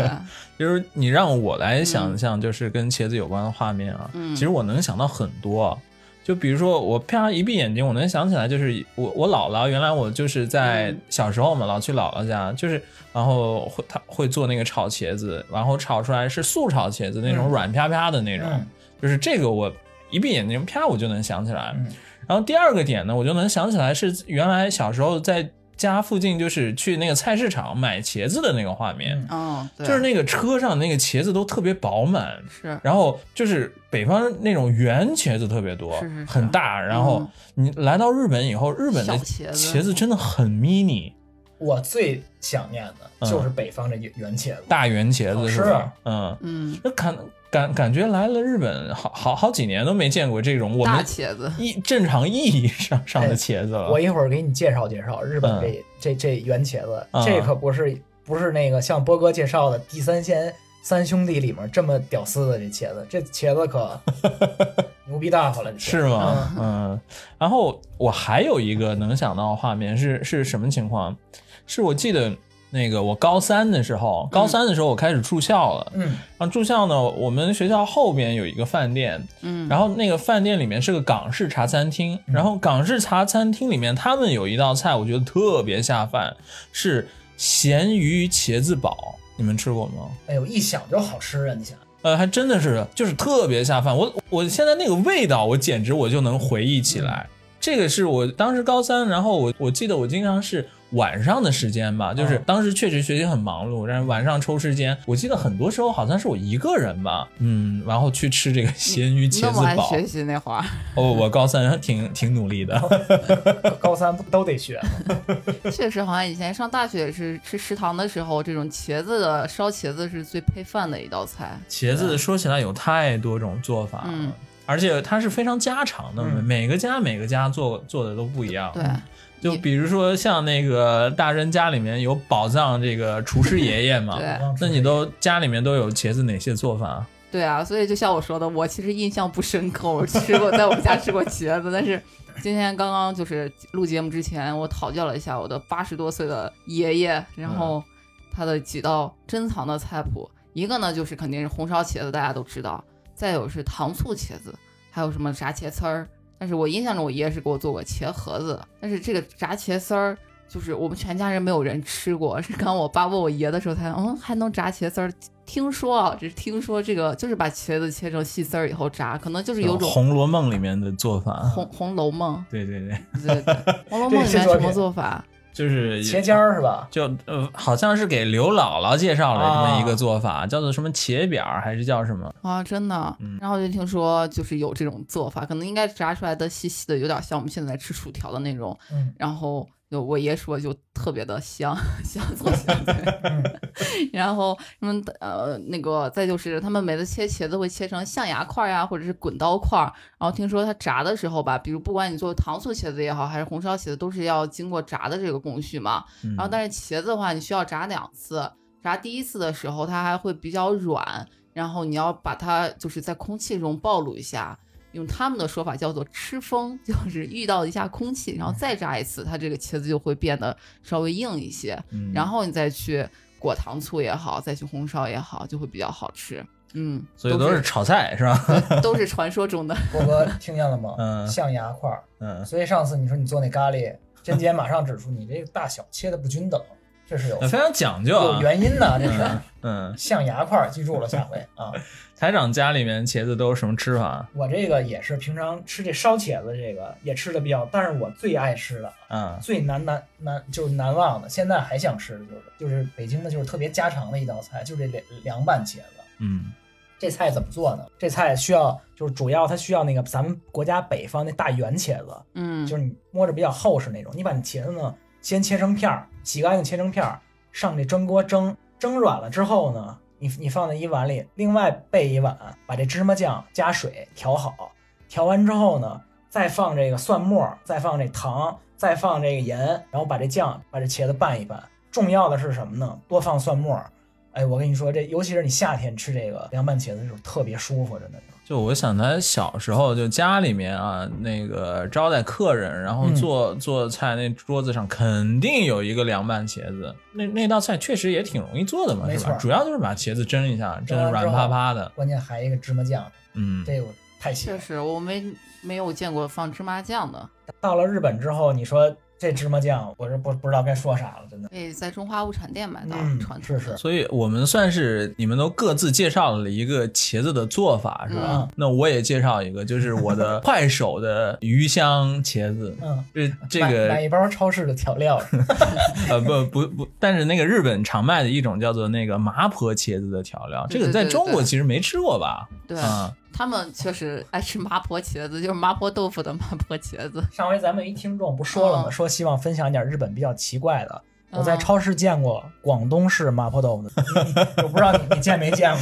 [SPEAKER 2] 就是你让我来
[SPEAKER 3] 嗯
[SPEAKER 2] 想象，就是跟茄子有关的画面啊，
[SPEAKER 1] 嗯
[SPEAKER 2] 其实我能想到很多。啊就比如说，我啪一闭眼睛，我能想起来，就是我我姥姥，原来我就是在
[SPEAKER 1] 嗯
[SPEAKER 2] 小时候嘛，老去姥姥家，就是然后会她会做那个炒茄子，然后炒出来是素炒茄子那种
[SPEAKER 3] 嗯
[SPEAKER 2] 软啪啪的那种，
[SPEAKER 3] 嗯
[SPEAKER 2] 就是这个我一闭眼睛啪我就能想起来。
[SPEAKER 3] 嗯
[SPEAKER 2] 然后第二个点呢，我就能想起来是原来小时候在家附近就是去那个菜市场买茄子的那个画面，
[SPEAKER 3] 嗯
[SPEAKER 1] 嗯，对，
[SPEAKER 2] 就是那个车上那个茄子都特别饱满，
[SPEAKER 1] 是
[SPEAKER 2] 然后就是北方那种圆茄子特别多，
[SPEAKER 1] 是是是
[SPEAKER 2] 很大。然后你来到日本以后，日本的
[SPEAKER 1] 小茄子
[SPEAKER 2] 茄子真的很 mini，
[SPEAKER 3] 我最想念的
[SPEAKER 2] 嗯
[SPEAKER 3] 就是北方这原茄子，
[SPEAKER 2] 大圆茄
[SPEAKER 3] 好
[SPEAKER 2] 子
[SPEAKER 3] 吃
[SPEAKER 2] 是吧？嗯，
[SPEAKER 1] 嗯，
[SPEAKER 2] 那感感感觉来了日本好好好几年都没见过这种我
[SPEAKER 1] 大
[SPEAKER 2] 们
[SPEAKER 1] 茄子，
[SPEAKER 2] 意正常意义上上的茄子了。
[SPEAKER 3] 我一会儿给你介绍介绍日本这、这这原茄子，
[SPEAKER 2] 嗯
[SPEAKER 3] 这可不是不是那个像波哥介绍的第三鲜三兄弟里面这么屌丝的这茄子，这茄子可 牛逼大发了，这茄子
[SPEAKER 2] 是吗？嗯，然后我还有一个能想到的画面是是什么情况？是我记得那个我高三的时候，高三的时候我开始住校了。
[SPEAKER 3] 嗯
[SPEAKER 2] 然后住校呢，我们学校后边有一个饭店，
[SPEAKER 1] 嗯，
[SPEAKER 2] 然后那个饭店里面是个港式茶餐厅，然后港式茶餐厅里面他们有一道菜，我觉得特别下饭，是咸鱼茄子煲，你们吃过吗？
[SPEAKER 3] 哎呦，一想就好吃啊！你想，
[SPEAKER 2] 呃，还真的是，就是特别下饭。我我现在那个味道，我简直我就能回忆起来。
[SPEAKER 1] 嗯
[SPEAKER 2] 这个是我当时高三，然后我我记得我经常是晚上的时间吧，就是
[SPEAKER 3] 嗯
[SPEAKER 2] 当时确实学习很忙碌，但是晚上抽时间，我记得很多时候好像是我一个人吧，嗯，然后去吃这个咸鱼茄
[SPEAKER 1] 那么
[SPEAKER 2] 子
[SPEAKER 1] 爱
[SPEAKER 2] 煲。
[SPEAKER 1] 学习那会儿，
[SPEAKER 2] 哦，我高三还挺挺努力的，
[SPEAKER 3] 高三不都得学 吗？
[SPEAKER 1] 确实好像以前上大学也是吃食堂的时候，这种茄子的烧茄子是最配饭的一道菜。
[SPEAKER 2] 茄子说起来有太多种做法了，
[SPEAKER 1] 嗯
[SPEAKER 2] 而且它是非常家常的，
[SPEAKER 3] 嗯
[SPEAKER 2] 每个家每个家做做的都不一样。
[SPEAKER 1] 对，
[SPEAKER 2] 就比如说像那个大人家里面有宝藏这个厨师爷爷嘛，
[SPEAKER 1] 对
[SPEAKER 2] 那你都家里面都有茄子哪些做法啊？
[SPEAKER 1] 对啊，所以就像我说的，我其实印象不深刻，我吃过在我们家吃过茄子，但是今天刚刚就是录节目之前，我讨教了一下我的八十多岁的爷爷，然后他的几道珍藏的菜谱，一个呢就是肯定是红烧茄子，大家都知道，再有是糖醋茄子，还有什么炸茄丝儿。但是我印象中我爷爷是给我做过茄盒子，但是这个炸茄丝儿。就是我们全家人没有人吃过，是刚我爸问我爷的时候才，嗯，还能炸茄丝儿，听说啊，只是听说这个就是把茄子切成细丝儿以后炸，可能就是有
[SPEAKER 2] 《
[SPEAKER 1] 种
[SPEAKER 2] 红楼梦》里面的做法。啊
[SPEAKER 1] 红红楼梦，
[SPEAKER 2] 对对对，
[SPEAKER 1] 对对对， 《红楼梦》里面什么做法？
[SPEAKER 2] 就是
[SPEAKER 3] 茄尖儿是吧？
[SPEAKER 2] 就呃，好像是给刘姥姥介绍了这么
[SPEAKER 3] 啊
[SPEAKER 2] 一个做法，叫做什么茄饼儿还是叫什么？
[SPEAKER 1] 啊，真的
[SPEAKER 2] 嗯。
[SPEAKER 1] 然后就听说就是有这种做法，可能应该炸出来的细细的，有点像我们现在吃薯条的那种。
[SPEAKER 3] 嗯
[SPEAKER 1] 然后就我爷说就特别的香香做香菜，然后什么呃那个再就是他们每次切茄子会切成象牙块儿呀，或者是滚刀块儿。然后听说它炸的时候吧，比如不管你做糖醋茄子也好，还是红烧茄子，都是要经过炸的这个工序嘛。
[SPEAKER 2] 嗯
[SPEAKER 1] 然后但是茄子的话，你需要炸两次，炸第一次的时候它还会比较软，然后你要把它就是在空气中暴露一下。用他们的说法叫做“吃风”， 就是遇到一下空气，
[SPEAKER 2] 嗯
[SPEAKER 1] 然后再炸一次，它这个茄子就会变得稍微硬一些，
[SPEAKER 2] 嗯
[SPEAKER 1] 然后你再去裹糖醋也好，再去红烧也好，就会比较好吃。嗯，
[SPEAKER 2] 所以都是
[SPEAKER 1] 是
[SPEAKER 2] 炒菜是吧？
[SPEAKER 1] 都是传说中的
[SPEAKER 3] 波哥听见了吗？
[SPEAKER 2] 嗯
[SPEAKER 3] 象牙块儿。
[SPEAKER 2] 嗯，
[SPEAKER 3] 所以上次你说你做那咖喱，甄姐马上指出你这个大小切的不均等，这是有
[SPEAKER 2] 非常讲究
[SPEAKER 3] 有
[SPEAKER 2] 啊。
[SPEAKER 3] 原因的，这
[SPEAKER 2] 嗯
[SPEAKER 3] 是
[SPEAKER 2] 嗯，
[SPEAKER 3] 象牙块儿，记住了下回 啊。
[SPEAKER 2] 台长家里面茄子都是什么吃法啊
[SPEAKER 3] 我这个也是平常吃这烧茄子，这个也吃的比较，但是我最爱吃的、
[SPEAKER 2] 啊？
[SPEAKER 3] 最难难难就是难忘的，现在还想吃的就是就是北京的就是特别家常的一道菜，就是这凉凉拌茄子。
[SPEAKER 2] 嗯
[SPEAKER 3] 这菜怎么做呢？这菜需要就是主要它需要那个咱们国家北方那大圆茄子，
[SPEAKER 1] 嗯，
[SPEAKER 3] 就是你摸着比较厚实那种。你把你茄子呢先切成片儿，洗干净切成片儿，上这蒸锅蒸，蒸软了之后呢，你你放在一碗里，另外备一碗，把这芝麻酱加水调好，调完之后呢，再放这个蒜末，再放这糖，再放这个盐，然后把这酱把这茄子拌一拌。重要的是什么呢？多放蒜末。哎，我跟你说，这尤其是你夏天吃这个凉拌茄子的时候，特别舒服，真的。
[SPEAKER 2] 就我想他小时候就家里面啊，那个招待客人，然后
[SPEAKER 3] 嗯
[SPEAKER 2] 做、做菜，那桌子上肯定有一个凉拌茄子。那那道菜确实也挺容易做的嘛，
[SPEAKER 3] 没
[SPEAKER 2] 是吧？
[SPEAKER 3] 错
[SPEAKER 2] 主要就是把茄子蒸一下，蒸的
[SPEAKER 3] 完
[SPEAKER 2] 软
[SPEAKER 3] 之后
[SPEAKER 2] 趴趴的。
[SPEAKER 3] 关键还有一个芝麻酱，
[SPEAKER 2] 嗯，
[SPEAKER 3] 这个我太喜欢
[SPEAKER 1] 确实
[SPEAKER 3] 了。
[SPEAKER 1] 我没没有见过放芝麻酱的。
[SPEAKER 3] 到了日本之后，你说这芝麻酱，我是不不知道该说啥了，真的。
[SPEAKER 1] 可以在中华物产店买到
[SPEAKER 3] 嗯
[SPEAKER 1] 传，统
[SPEAKER 3] 是
[SPEAKER 1] 的。
[SPEAKER 3] 是，
[SPEAKER 2] 所以我们算是你们都各自介绍了一个茄子的做法，是吧？
[SPEAKER 3] 嗯
[SPEAKER 2] 那我也介绍一个，就是我 的快手的鱼香茄子。
[SPEAKER 3] 嗯，
[SPEAKER 2] 这这
[SPEAKER 3] 买
[SPEAKER 2] 个
[SPEAKER 3] 买一包超市的 调料，
[SPEAKER 2] 呃不不不，但是那个日本常卖的一种叫做那个麻婆茄子的调料，这
[SPEAKER 1] 对对
[SPEAKER 2] 个在
[SPEAKER 1] 对
[SPEAKER 2] 中国
[SPEAKER 1] 对
[SPEAKER 2] 其实没吃过吧？
[SPEAKER 1] 对、
[SPEAKER 2] 啊，
[SPEAKER 1] 他们确实爱吃麻婆茄子，就是麻婆豆腐的麻婆茄子。
[SPEAKER 3] 上回咱们一听众不说了吗？
[SPEAKER 1] 嗯
[SPEAKER 3] 说希望分享点日本比较奇怪的。我
[SPEAKER 1] 嗯
[SPEAKER 3] 在超市见过广东式麻婆豆腐的， 你你我不知道你你见没见 过？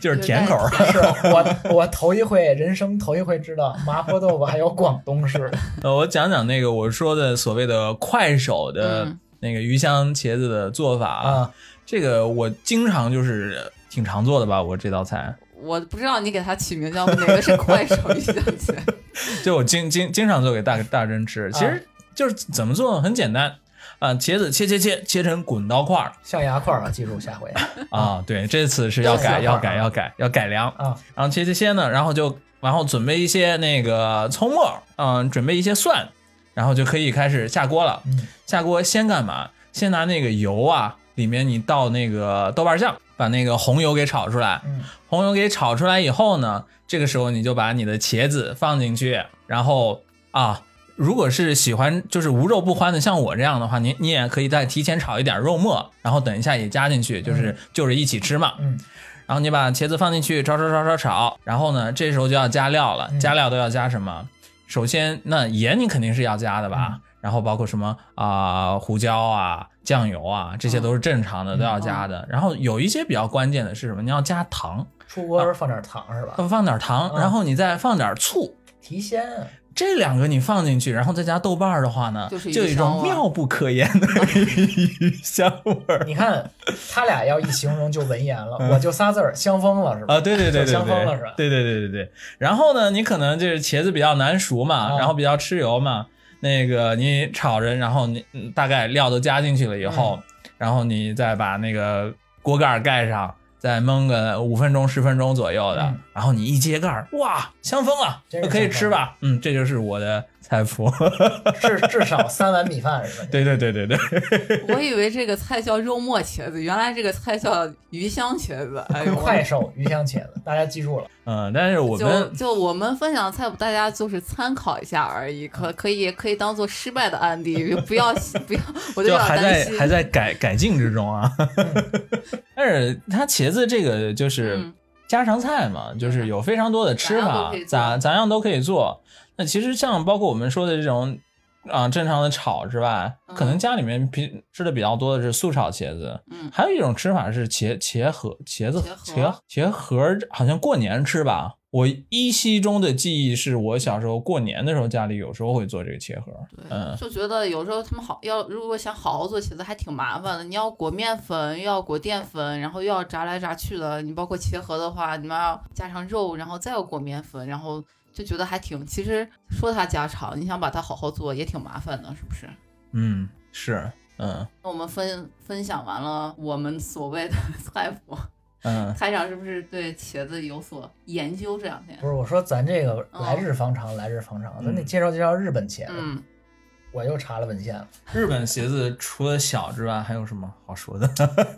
[SPEAKER 2] 就是甜口儿。
[SPEAKER 3] 是我我头一回，人生头一回知道麻婆豆腐还有广东式的。
[SPEAKER 2] 呃，我讲讲那个我说的所谓的快手的
[SPEAKER 1] 嗯
[SPEAKER 2] 那个鱼香茄子的做法
[SPEAKER 3] 啊，
[SPEAKER 2] 这个我经常就是挺常做的吧，我这道菜。
[SPEAKER 1] 我不知道你给它起名叫哪个是快手鱼香茄，
[SPEAKER 2] 就我经经经常做给大大珍吃，其实就是怎么做呢？很简单啊，茄子切切切切成滚刀块儿
[SPEAKER 3] 象牙块儿啊，记住下回
[SPEAKER 2] 啊，对，这次是要改
[SPEAKER 3] 对
[SPEAKER 2] 要改要改要改良，
[SPEAKER 3] 啊，
[SPEAKER 2] 然后切切切呢，然后就然后准备一些那个葱末儿，嗯，准备一些蒜，然后就可以开始下锅了。
[SPEAKER 3] 嗯
[SPEAKER 2] 下锅先干嘛？先拿那个油啊，里面你倒那个豆瓣酱，把那个红油给炒出来，
[SPEAKER 3] 嗯，
[SPEAKER 2] 红油给炒出来以后呢，这个时候你就把你的茄子放进去，然后啊，如果是喜欢就是无肉不欢的，像我这样的话，你你也可以再提前炒一点肉末，然后等一下也加进去，就是就是一起吃嘛。
[SPEAKER 3] 嗯。
[SPEAKER 2] 然后你把茄子放进去，炒炒炒炒炒，然后呢，这时候就要加料了。加料都要加什么？首先，那盐你肯定是要加的吧？然后包括什么啊、胡椒啊、酱油啊，这些都是正常的，都要加的。然后有一些比较关键的是什么？你要加糖。
[SPEAKER 3] 出锅时候放点糖是吧？
[SPEAKER 2] 放点糖，
[SPEAKER 3] 嗯
[SPEAKER 2] 然后你再放点醋，
[SPEAKER 3] 提鲜啊，
[SPEAKER 2] 这两个你放进去，然后再加豆瓣儿的话呢，
[SPEAKER 1] 就是鱼啊
[SPEAKER 2] 就有一
[SPEAKER 1] 香
[SPEAKER 2] 种
[SPEAKER 1] 味儿
[SPEAKER 2] 妙不可言的 鱼香味儿
[SPEAKER 3] 你看他俩要一形容就文言了，
[SPEAKER 2] 嗯
[SPEAKER 3] 我就仨字儿香疯了是吧？
[SPEAKER 2] 啊！对对对
[SPEAKER 3] 就
[SPEAKER 2] 对
[SPEAKER 3] 香
[SPEAKER 2] 对
[SPEAKER 3] 疯了是吧，？
[SPEAKER 2] 对对对对对。然后呢，你可能就是茄子比较难熟嘛，
[SPEAKER 3] 啊
[SPEAKER 2] 然后比较吃油嘛，那个你炒着，然后你嗯大概料都加进去了以后，
[SPEAKER 3] 嗯
[SPEAKER 2] 然后你再把那个锅盖儿盖上。再焖个五分钟十分钟左右的，
[SPEAKER 3] 嗯
[SPEAKER 2] 然后你一揭盖儿，哇，香疯了
[SPEAKER 3] 真，是
[SPEAKER 2] 可以
[SPEAKER 3] 香疯
[SPEAKER 2] 吃吧？嗯，这就是我的菜谱。
[SPEAKER 3] 至至少三碗米饭是吧？
[SPEAKER 2] 对对对对对，
[SPEAKER 1] 我以为这个菜叫肉末茄子，原来这个菜叫鱼香茄子。哎呦，
[SPEAKER 3] 快手鱼香茄子，大家记住了。
[SPEAKER 2] 嗯，但是我
[SPEAKER 1] 就
[SPEAKER 2] 们
[SPEAKER 1] 就我们分享的菜谱，大家就是参考一下而已，可可以可以当做失败的案例，不要不要，我就有
[SPEAKER 2] 就
[SPEAKER 1] 点
[SPEAKER 2] 还
[SPEAKER 1] 担
[SPEAKER 2] 在
[SPEAKER 1] 心。
[SPEAKER 2] 还在改改进之中啊。 但是它茄子这个就是
[SPEAKER 1] 嗯
[SPEAKER 2] 家常菜嘛，就是有非常多的
[SPEAKER 1] 咋
[SPEAKER 2] 吃
[SPEAKER 1] 样都
[SPEAKER 2] 法
[SPEAKER 1] 可以，做
[SPEAKER 2] 咋咋样都可以做。那其实像包括我们说的这种啊、正常的炒之外，
[SPEAKER 1] 嗯
[SPEAKER 2] 可能家里面平吃的比较多的是素炒茄子。
[SPEAKER 1] 嗯
[SPEAKER 2] 还有一种吃法是茄茄盒茄子
[SPEAKER 1] 茄
[SPEAKER 2] 茄
[SPEAKER 1] 盒
[SPEAKER 2] 茄盒，好像过年吃吧。我依稀中的记忆是我小时候过年的时候，家里有时候会做这个茄盒。嗯
[SPEAKER 1] 对，，就觉得有时候他们好要，如果想好好做茄子，还挺麻烦的。你要裹面粉，又要裹淀粉，然后又要炸来炸去的。你包括茄盒的话，你们要加上肉，然后再要裹面粉，然后就觉得还挺……其实说它家常，你想把它好好做也挺麻烦的，是不是？
[SPEAKER 2] 嗯，是，嗯
[SPEAKER 1] 那我们分分享完了我们所谓的 菜谱，
[SPEAKER 2] 嗯，
[SPEAKER 1] 台长是不是对茄子有所研究？这两天
[SPEAKER 3] 不，是我说咱这个来日方长，来日方长，咱
[SPEAKER 2] 嗯
[SPEAKER 3] 得介绍介绍日本茄子。
[SPEAKER 1] 嗯，
[SPEAKER 3] 我又查了文献了，
[SPEAKER 2] 日本茄子除了小之外还有什么好说的？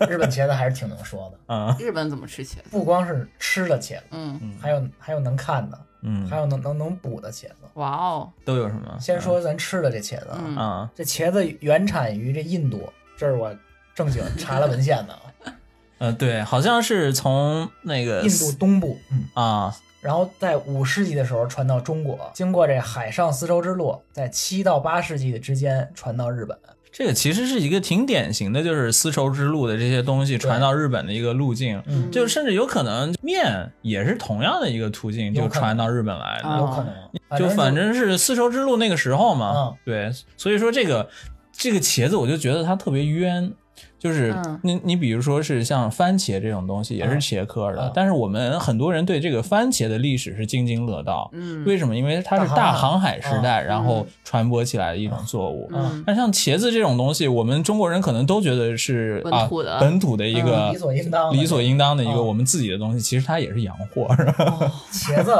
[SPEAKER 3] 日本茄子还是挺能说的，
[SPEAKER 2] 啊，
[SPEAKER 1] 日本怎么吃茄子？
[SPEAKER 3] 不光是吃的茄子，
[SPEAKER 1] 嗯，
[SPEAKER 3] 还有还有能看的，
[SPEAKER 2] 嗯
[SPEAKER 3] 还，有能能能补的茄子。
[SPEAKER 1] 哇哦，
[SPEAKER 2] 都有什么？
[SPEAKER 3] 先说咱吃的这茄子啊，
[SPEAKER 1] 嗯
[SPEAKER 2] 啊，
[SPEAKER 3] 这茄子原产于这印度，这是我正经查了文献的， 啊，
[SPEAKER 2] 呃，对，好像是从那个
[SPEAKER 3] 印度东部，嗯，
[SPEAKER 2] 啊，
[SPEAKER 3] 然后在五世纪的时候传到中国，经过这海上丝绸之路，在七到八世纪之间传到日本。
[SPEAKER 2] 这个其实是一个挺典型的，就是丝绸之路的这些东西传到日本的一个路径，
[SPEAKER 3] 嗯
[SPEAKER 2] 就甚至有可能面也是同样的一个途径
[SPEAKER 3] 有
[SPEAKER 2] 就
[SPEAKER 3] 可能
[SPEAKER 2] 传到日本来
[SPEAKER 1] 啊
[SPEAKER 2] 的，
[SPEAKER 3] 有可能，
[SPEAKER 2] 就反正是丝绸之路那个时候
[SPEAKER 3] 嗯
[SPEAKER 2] 嘛，对，所以说这个这个茄子我就觉得它特别冤。就是
[SPEAKER 1] 嗯
[SPEAKER 2] 你你比如说是像番茄这种东西也是
[SPEAKER 3] 嗯
[SPEAKER 2] 茄科的
[SPEAKER 3] 嗯，
[SPEAKER 2] 但是我们很多人对这个番茄的历史是津津乐道，
[SPEAKER 1] 嗯，
[SPEAKER 2] 为什么？因为它是
[SPEAKER 3] 大
[SPEAKER 2] 大
[SPEAKER 3] 航嗯
[SPEAKER 2] 航海时代，然后传播起来的一种作物。
[SPEAKER 1] 嗯
[SPEAKER 2] 但像茄子这种东西，我们中国人可能都觉得是
[SPEAKER 1] 本
[SPEAKER 2] 啊
[SPEAKER 1] 土的
[SPEAKER 2] 本土的一个
[SPEAKER 3] 嗯理所应当的
[SPEAKER 2] 理所应当的一
[SPEAKER 3] 嗯
[SPEAKER 2] 个我们自己的东西，其实它也是洋货。是吧
[SPEAKER 1] 哦
[SPEAKER 3] 茄子，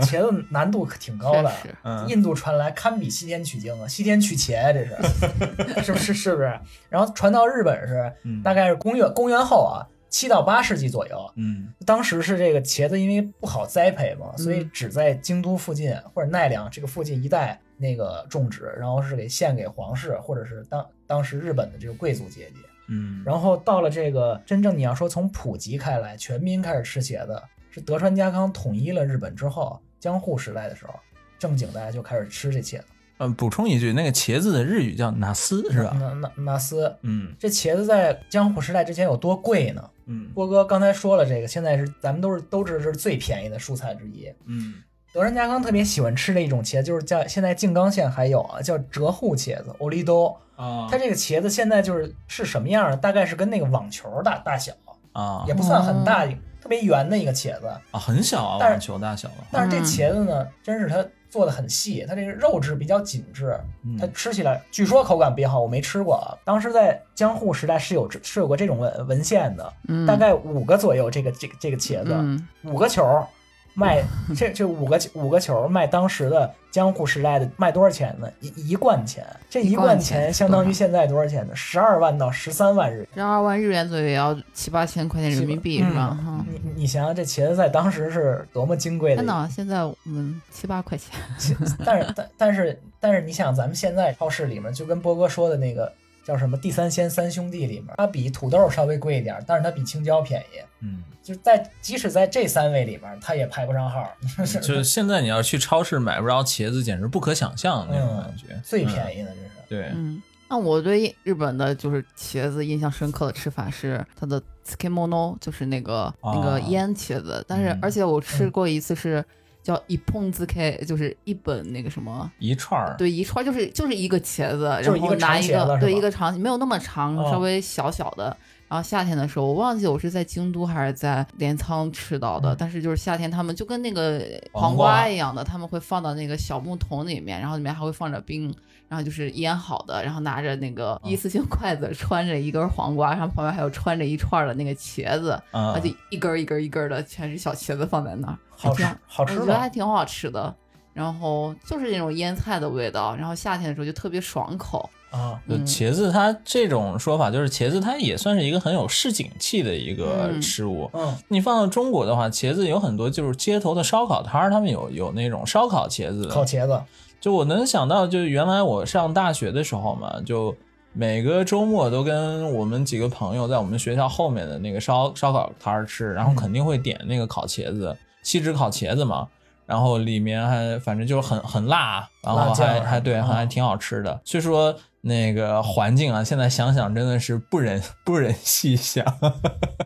[SPEAKER 3] 茄子难度可挺高的
[SPEAKER 1] 确实。
[SPEAKER 2] 嗯
[SPEAKER 3] 印度传来堪比西天取经啊，西天取茄呀，这是，是不是？是不是？然后传到日本是，
[SPEAKER 2] 嗯
[SPEAKER 3] 大概是公元公元后啊，七到八世纪左右，
[SPEAKER 2] 嗯
[SPEAKER 3] 当时是这个茄子因为不好栽培嘛，所以只在京都附近或者奈良这个附近一带那个种植，然后是给献给皇室或者是当当时日本的这个贵族阶级。
[SPEAKER 2] 嗯
[SPEAKER 3] 然后到了这个真正你要说从普及开来，全民开始吃茄子，是德川家康统一了日本之后，江户时代的时候，正经大家就开始吃这茄子，
[SPEAKER 2] 呃，补充一句，那个茄子的日语叫ナ斯，是吧？
[SPEAKER 3] 那那那斯。
[SPEAKER 2] 嗯
[SPEAKER 3] 这茄子在江户时代之前有多贵呢？
[SPEAKER 2] 嗯
[SPEAKER 3] 波哥刚才说了，这个现在是咱们都是都知道这是最便宜的蔬菜之一。
[SPEAKER 2] 嗯
[SPEAKER 3] 德川家康特别喜欢吃的一种茄，就是叫现在静冈县还有啊，叫折户茄子 o l i d o
[SPEAKER 2] 啊
[SPEAKER 3] 它这个茄子现在就是是什么样的？大概是跟那个网球大大小，
[SPEAKER 2] 啊
[SPEAKER 3] 也不算
[SPEAKER 1] 哦
[SPEAKER 3] 很大，特别圆的一个茄子。
[SPEAKER 2] 啊很小啊，
[SPEAKER 3] 但是
[SPEAKER 2] 网球大小了。
[SPEAKER 3] 但
[SPEAKER 1] 嗯
[SPEAKER 3] 是这茄子呢，真是它做的很细，它这个肉质比较紧致，
[SPEAKER 2] 嗯
[SPEAKER 3] 它吃起来据说口感比较好，我没吃过啊。当时在江户时代是有是有过这种文文献的，
[SPEAKER 1] 嗯
[SPEAKER 3] 大概五个左右，这个这个这个茄子，
[SPEAKER 1] 嗯
[SPEAKER 3] 五个球儿 卖这这五个五个球儿卖当时的江户时代的卖多少钱呢？一一贯钱，这一
[SPEAKER 1] 一
[SPEAKER 3] 贯
[SPEAKER 1] 贯钱
[SPEAKER 3] 钱相当于
[SPEAKER 1] 多少
[SPEAKER 3] 现在多少钱呢？十二万到十三万日元。
[SPEAKER 1] 这二万日元左右也要七八千块钱人民币是吧？
[SPEAKER 2] 嗯
[SPEAKER 1] 嗯哈
[SPEAKER 3] 嗯你你想想，这茄子在当时是多么金贵的
[SPEAKER 1] 天
[SPEAKER 3] 一个，
[SPEAKER 1] 哪，现在我们七八块钱，
[SPEAKER 3] 但是但但是但是你想，咱们现在超市里面就跟波哥说的那个叫什么“地三鲜三兄弟”里面，它比土豆稍微贵一点，但是它比青椒便宜。
[SPEAKER 2] 嗯，
[SPEAKER 3] 就是在即使在这三位里面，它也排不上号，
[SPEAKER 2] 嗯就是现在你要去超市买不着茄子，简直不可想象那种感觉。
[SPEAKER 3] 最
[SPEAKER 2] 宜。
[SPEAKER 3] 便宜的这是。
[SPEAKER 2] 对，
[SPEAKER 1] 嗯。那我对日本的就是茄子印象深刻的吃法是它的 tsukemono，就是那个、那个
[SPEAKER 2] 啊
[SPEAKER 1] 腌茄子。但是
[SPEAKER 2] 嗯
[SPEAKER 1] 而且我吃
[SPEAKER 3] 嗯
[SPEAKER 1] 过一次是叫一碰 z k，就是一本那个什么
[SPEAKER 2] 一串儿。
[SPEAKER 1] 对，一串儿就是就是一个茄子，然
[SPEAKER 3] 就是一
[SPEAKER 1] 后
[SPEAKER 3] 个
[SPEAKER 1] 拿
[SPEAKER 3] 长
[SPEAKER 1] 一
[SPEAKER 3] 茄子
[SPEAKER 1] 个
[SPEAKER 3] 是
[SPEAKER 1] 对
[SPEAKER 3] 吧
[SPEAKER 1] 一个长，没有那么长，
[SPEAKER 3] 哦
[SPEAKER 1] 稍微小小的。然后夏天的时候，我忘记我是在京都还是在镰仓吃到的，
[SPEAKER 3] 嗯
[SPEAKER 1] 但是就是夏天他们就跟那个
[SPEAKER 2] 黄
[SPEAKER 1] 黄瓜
[SPEAKER 2] 瓜
[SPEAKER 1] 一样的，他们会放到那个小木桶里面，然后里面还会放着冰，然后就是腌好的，然后拿着那个
[SPEAKER 3] 嗯
[SPEAKER 1] 一次性筷子穿着一根黄瓜，然后旁边还有穿着一串儿的那个茄子，
[SPEAKER 2] 啊
[SPEAKER 3] 嗯
[SPEAKER 1] 它就一根儿一根儿一根儿的全是小茄子放在那儿，
[SPEAKER 3] 好
[SPEAKER 1] 还
[SPEAKER 3] 吃
[SPEAKER 1] 挺
[SPEAKER 3] 好吃
[SPEAKER 1] 哎我觉得
[SPEAKER 3] 吗
[SPEAKER 1] 还？挺好吃的。然后就是那种腌菜的味道，然后夏天的时候就特别爽口。
[SPEAKER 3] 啊，
[SPEAKER 2] 就
[SPEAKER 1] 嗯
[SPEAKER 2] 茄子，它这种说法就是茄子，它也算是一个很有市井气的一个
[SPEAKER 1] 嗯
[SPEAKER 2] 吃物。
[SPEAKER 3] 嗯，
[SPEAKER 2] 你放到中国的话，茄子有很多就是街头的烧烤摊儿，他们有有那种烧烤茄子
[SPEAKER 3] 烤
[SPEAKER 2] 的。
[SPEAKER 3] 茄子，
[SPEAKER 2] 就我能想到，就原来我上大学的时候嘛，就每个周末都跟我们几个朋友在我们学校后面的那个烧烧烤摊儿吃，然后肯定会点那个烤茄子，锡纸烤茄子嘛。然后里面还反正就是很很辣，然
[SPEAKER 3] 辣
[SPEAKER 2] 后
[SPEAKER 3] 酱
[SPEAKER 2] 还
[SPEAKER 3] 啊
[SPEAKER 2] 还对，
[SPEAKER 3] 啊
[SPEAKER 2] 还挺好吃的。所以说那个环境啊，现在想想真的是不忍 不忍细想。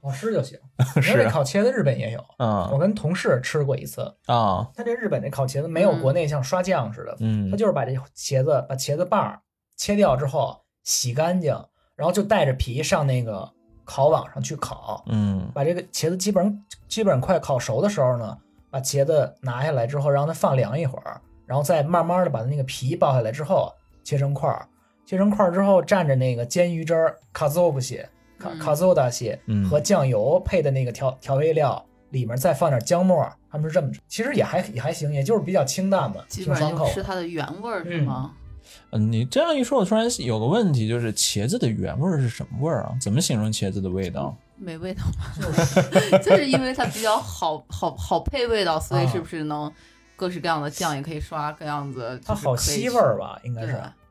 [SPEAKER 3] 好吃就行。你说
[SPEAKER 2] 啊
[SPEAKER 3] 这烤茄子，日本也有。我
[SPEAKER 2] 嗯
[SPEAKER 3] 跟同事吃过一次，
[SPEAKER 2] 啊
[SPEAKER 3] 他这日本这烤茄子没有国内像刷酱似的，
[SPEAKER 2] 嗯
[SPEAKER 3] 他就是把这茄子把茄子瓣儿切掉之后洗干净，然后就带着皮上那个烤网上去烤，
[SPEAKER 2] 嗯
[SPEAKER 3] 把这个茄子基本上基本上快烤熟的时候呢，把茄子拿下来之后，让它放凉一会儿，然后再慢慢的把那个皮剥下来之后切成块儿，切成块儿之后蘸着那个煎鱼汁儿卡兹布西卡
[SPEAKER 1] 嗯
[SPEAKER 3] 卡兹大西
[SPEAKER 2] 嗯
[SPEAKER 3] 和酱油配的那个调调味料。里面再放点姜末儿，他们是这么吃，其实也还也还行，也就是比较清淡吧，
[SPEAKER 1] 基
[SPEAKER 3] 挺
[SPEAKER 1] 本上
[SPEAKER 3] 爽
[SPEAKER 1] 就
[SPEAKER 3] 口。
[SPEAKER 1] 吃它的原味儿，是吗？
[SPEAKER 2] 嗯，你这样一说，我突然有个问题，就是茄子的原味儿是什么味儿啊？怎么形容茄子的味道？
[SPEAKER 1] 没味道吧？ 就是因为它比较好好好配味道，所以
[SPEAKER 3] 啊
[SPEAKER 1] 是不是能各式各样的酱也可以刷，各样子
[SPEAKER 3] 它
[SPEAKER 1] 就是
[SPEAKER 3] 好
[SPEAKER 1] 可以
[SPEAKER 3] 吸
[SPEAKER 1] 吃
[SPEAKER 3] 味儿啊吧，应该
[SPEAKER 1] 对啊
[SPEAKER 3] 是。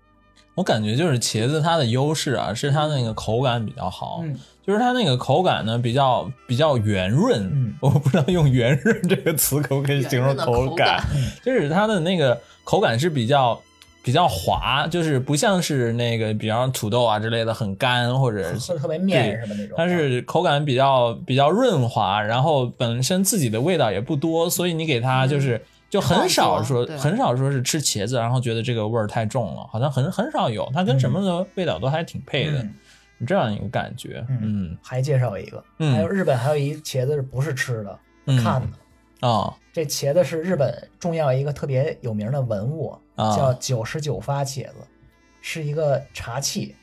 [SPEAKER 2] 我感觉就是茄子它的优势啊，是它那个口感比较好，
[SPEAKER 3] 嗯
[SPEAKER 2] 就是它那个口感呢比较比较圆润。
[SPEAKER 3] 嗯
[SPEAKER 2] 我不知道用圆润这个词可不可以形容
[SPEAKER 1] 圆润的口
[SPEAKER 2] 感，
[SPEAKER 1] 感
[SPEAKER 2] 就是它的那个口感是比较比较滑，就是不像是那个，比方土豆啊之类的很干，或 者
[SPEAKER 3] 特
[SPEAKER 2] 是
[SPEAKER 3] 特别面
[SPEAKER 2] 对
[SPEAKER 3] 什么那种。
[SPEAKER 2] 它是口感比较比较润滑，然后本身自己的味道也不多，所以你给
[SPEAKER 3] 嗯
[SPEAKER 2] 它就是、就很少说
[SPEAKER 1] 创作对
[SPEAKER 2] 很少说是吃茄子，然后觉得这个味儿太重了，好像很很少有，它跟什么的味道都还挺配的，
[SPEAKER 3] 嗯
[SPEAKER 2] 这样一个感觉，嗯
[SPEAKER 3] 还介绍一个，
[SPEAKER 2] 嗯
[SPEAKER 3] 还有日本还有一茄子是不是吃的？
[SPEAKER 2] 嗯
[SPEAKER 3] 看的。
[SPEAKER 2] 啊
[SPEAKER 3] 这茄子是日本重要一个特别有名的文物，
[SPEAKER 2] 啊
[SPEAKER 3] 叫九十九发茄子，是一个茶器。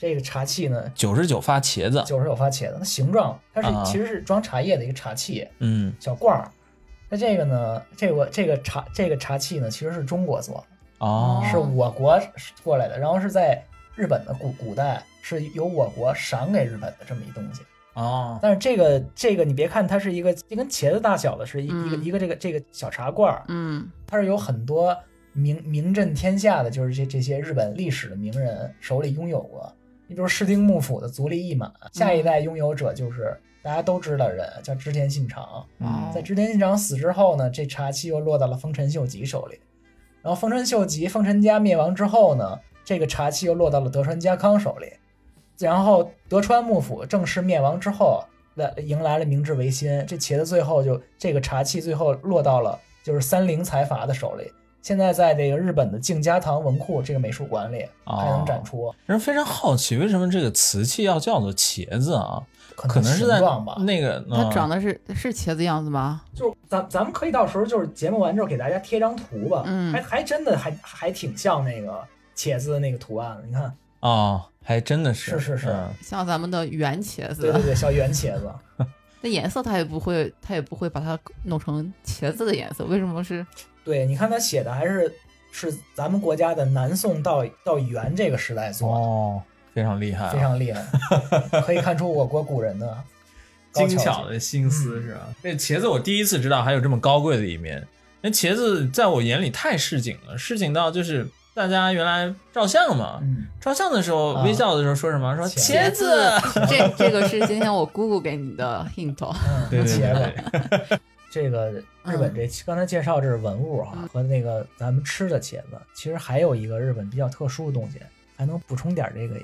[SPEAKER 3] 这个茶器呢，
[SPEAKER 2] 九十九发茄子，
[SPEAKER 3] 九十九发茄子，它形状它是
[SPEAKER 2] 啊
[SPEAKER 3] 其实是装茶叶的一个茶器
[SPEAKER 2] 嗯
[SPEAKER 3] 小罐儿。那这个呢，这个这个茶这个茶器呢，其实是中国做的。
[SPEAKER 2] 哦
[SPEAKER 3] 是我国过来的，然后是在日本的古古代是由我国赏给日本的这么一东西。
[SPEAKER 2] 哦
[SPEAKER 3] 但是这个这个你别看它是一个这跟茄子大小的是一
[SPEAKER 1] 嗯
[SPEAKER 3] 一个、一个这个这个小茶罐儿，
[SPEAKER 1] 嗯
[SPEAKER 3] 它是有很多名名震天下的就是这这些日本历史的名人手里拥有过。你比如室町幕府的足利义满，下一代拥有者就是大家都知道的人叫织田信长。
[SPEAKER 1] 哦
[SPEAKER 3] 在织田信长死之后呢，这茶器又落到了丰臣秀吉手里。然后丰臣秀吉、丰臣家灭亡之后呢，这个茶器又落到了德川家康手里。然后德川幕府正式灭亡之后，来迎来了明治维新。这茄子最后就这个茶器最后落到了就是三菱财阀的手里。现在在这个日本的静家堂文库这个美术馆里还能展出，
[SPEAKER 2] 人嗯哦非常好奇，为什么这个瓷器要叫做茄子啊？可
[SPEAKER 3] 能
[SPEAKER 2] 能是在
[SPEAKER 3] 形状吧。
[SPEAKER 2] 那个，
[SPEAKER 3] 啊
[SPEAKER 2] 嗯
[SPEAKER 1] 它长
[SPEAKER 2] 得
[SPEAKER 1] 得是是茄子样子吗？
[SPEAKER 3] 就是咱咱们可以到时候就是节目完之后给大家贴张图吧，
[SPEAKER 1] 嗯
[SPEAKER 3] 还还真的还还挺像那个茄子的那个图案的，你看，
[SPEAKER 2] 哦，还真的是
[SPEAKER 3] 是是是
[SPEAKER 2] 嗯
[SPEAKER 1] 像咱们的圆茄
[SPEAKER 3] 对
[SPEAKER 2] 啊
[SPEAKER 3] 对
[SPEAKER 1] 子，
[SPEAKER 3] 对，小圆茄子，
[SPEAKER 1] 那颜色它也不会，它也不会把它弄成茄子的颜色，为什么是？
[SPEAKER 3] 对，你看他写的还是是咱们国家的南宋到到元这个时代做
[SPEAKER 2] 哦，非常厉害啊，
[SPEAKER 3] 的，非 常厉害，可以看出我国古人的高嗯
[SPEAKER 2] 精巧的心思是吧？这茄子我第一次知道还有这么高贵的一面。那茄子在我眼里太市井了，市井到就是大家原来照相嘛，
[SPEAKER 3] 嗯，
[SPEAKER 2] 照相的时候、
[SPEAKER 3] 啊
[SPEAKER 2] 微笑的时候说什么？说
[SPEAKER 3] 茄
[SPEAKER 2] 茄
[SPEAKER 1] 子，这这个是今天我姑姑给你的 hint 哦。
[SPEAKER 3] 嗯
[SPEAKER 2] 对对
[SPEAKER 3] 茄子。
[SPEAKER 2] 对，嗯
[SPEAKER 3] 这个日本这刚才介绍这是文物哈、和那个咱们吃的茄子，其实还有一个日本比较特殊的东西，还能补充点这个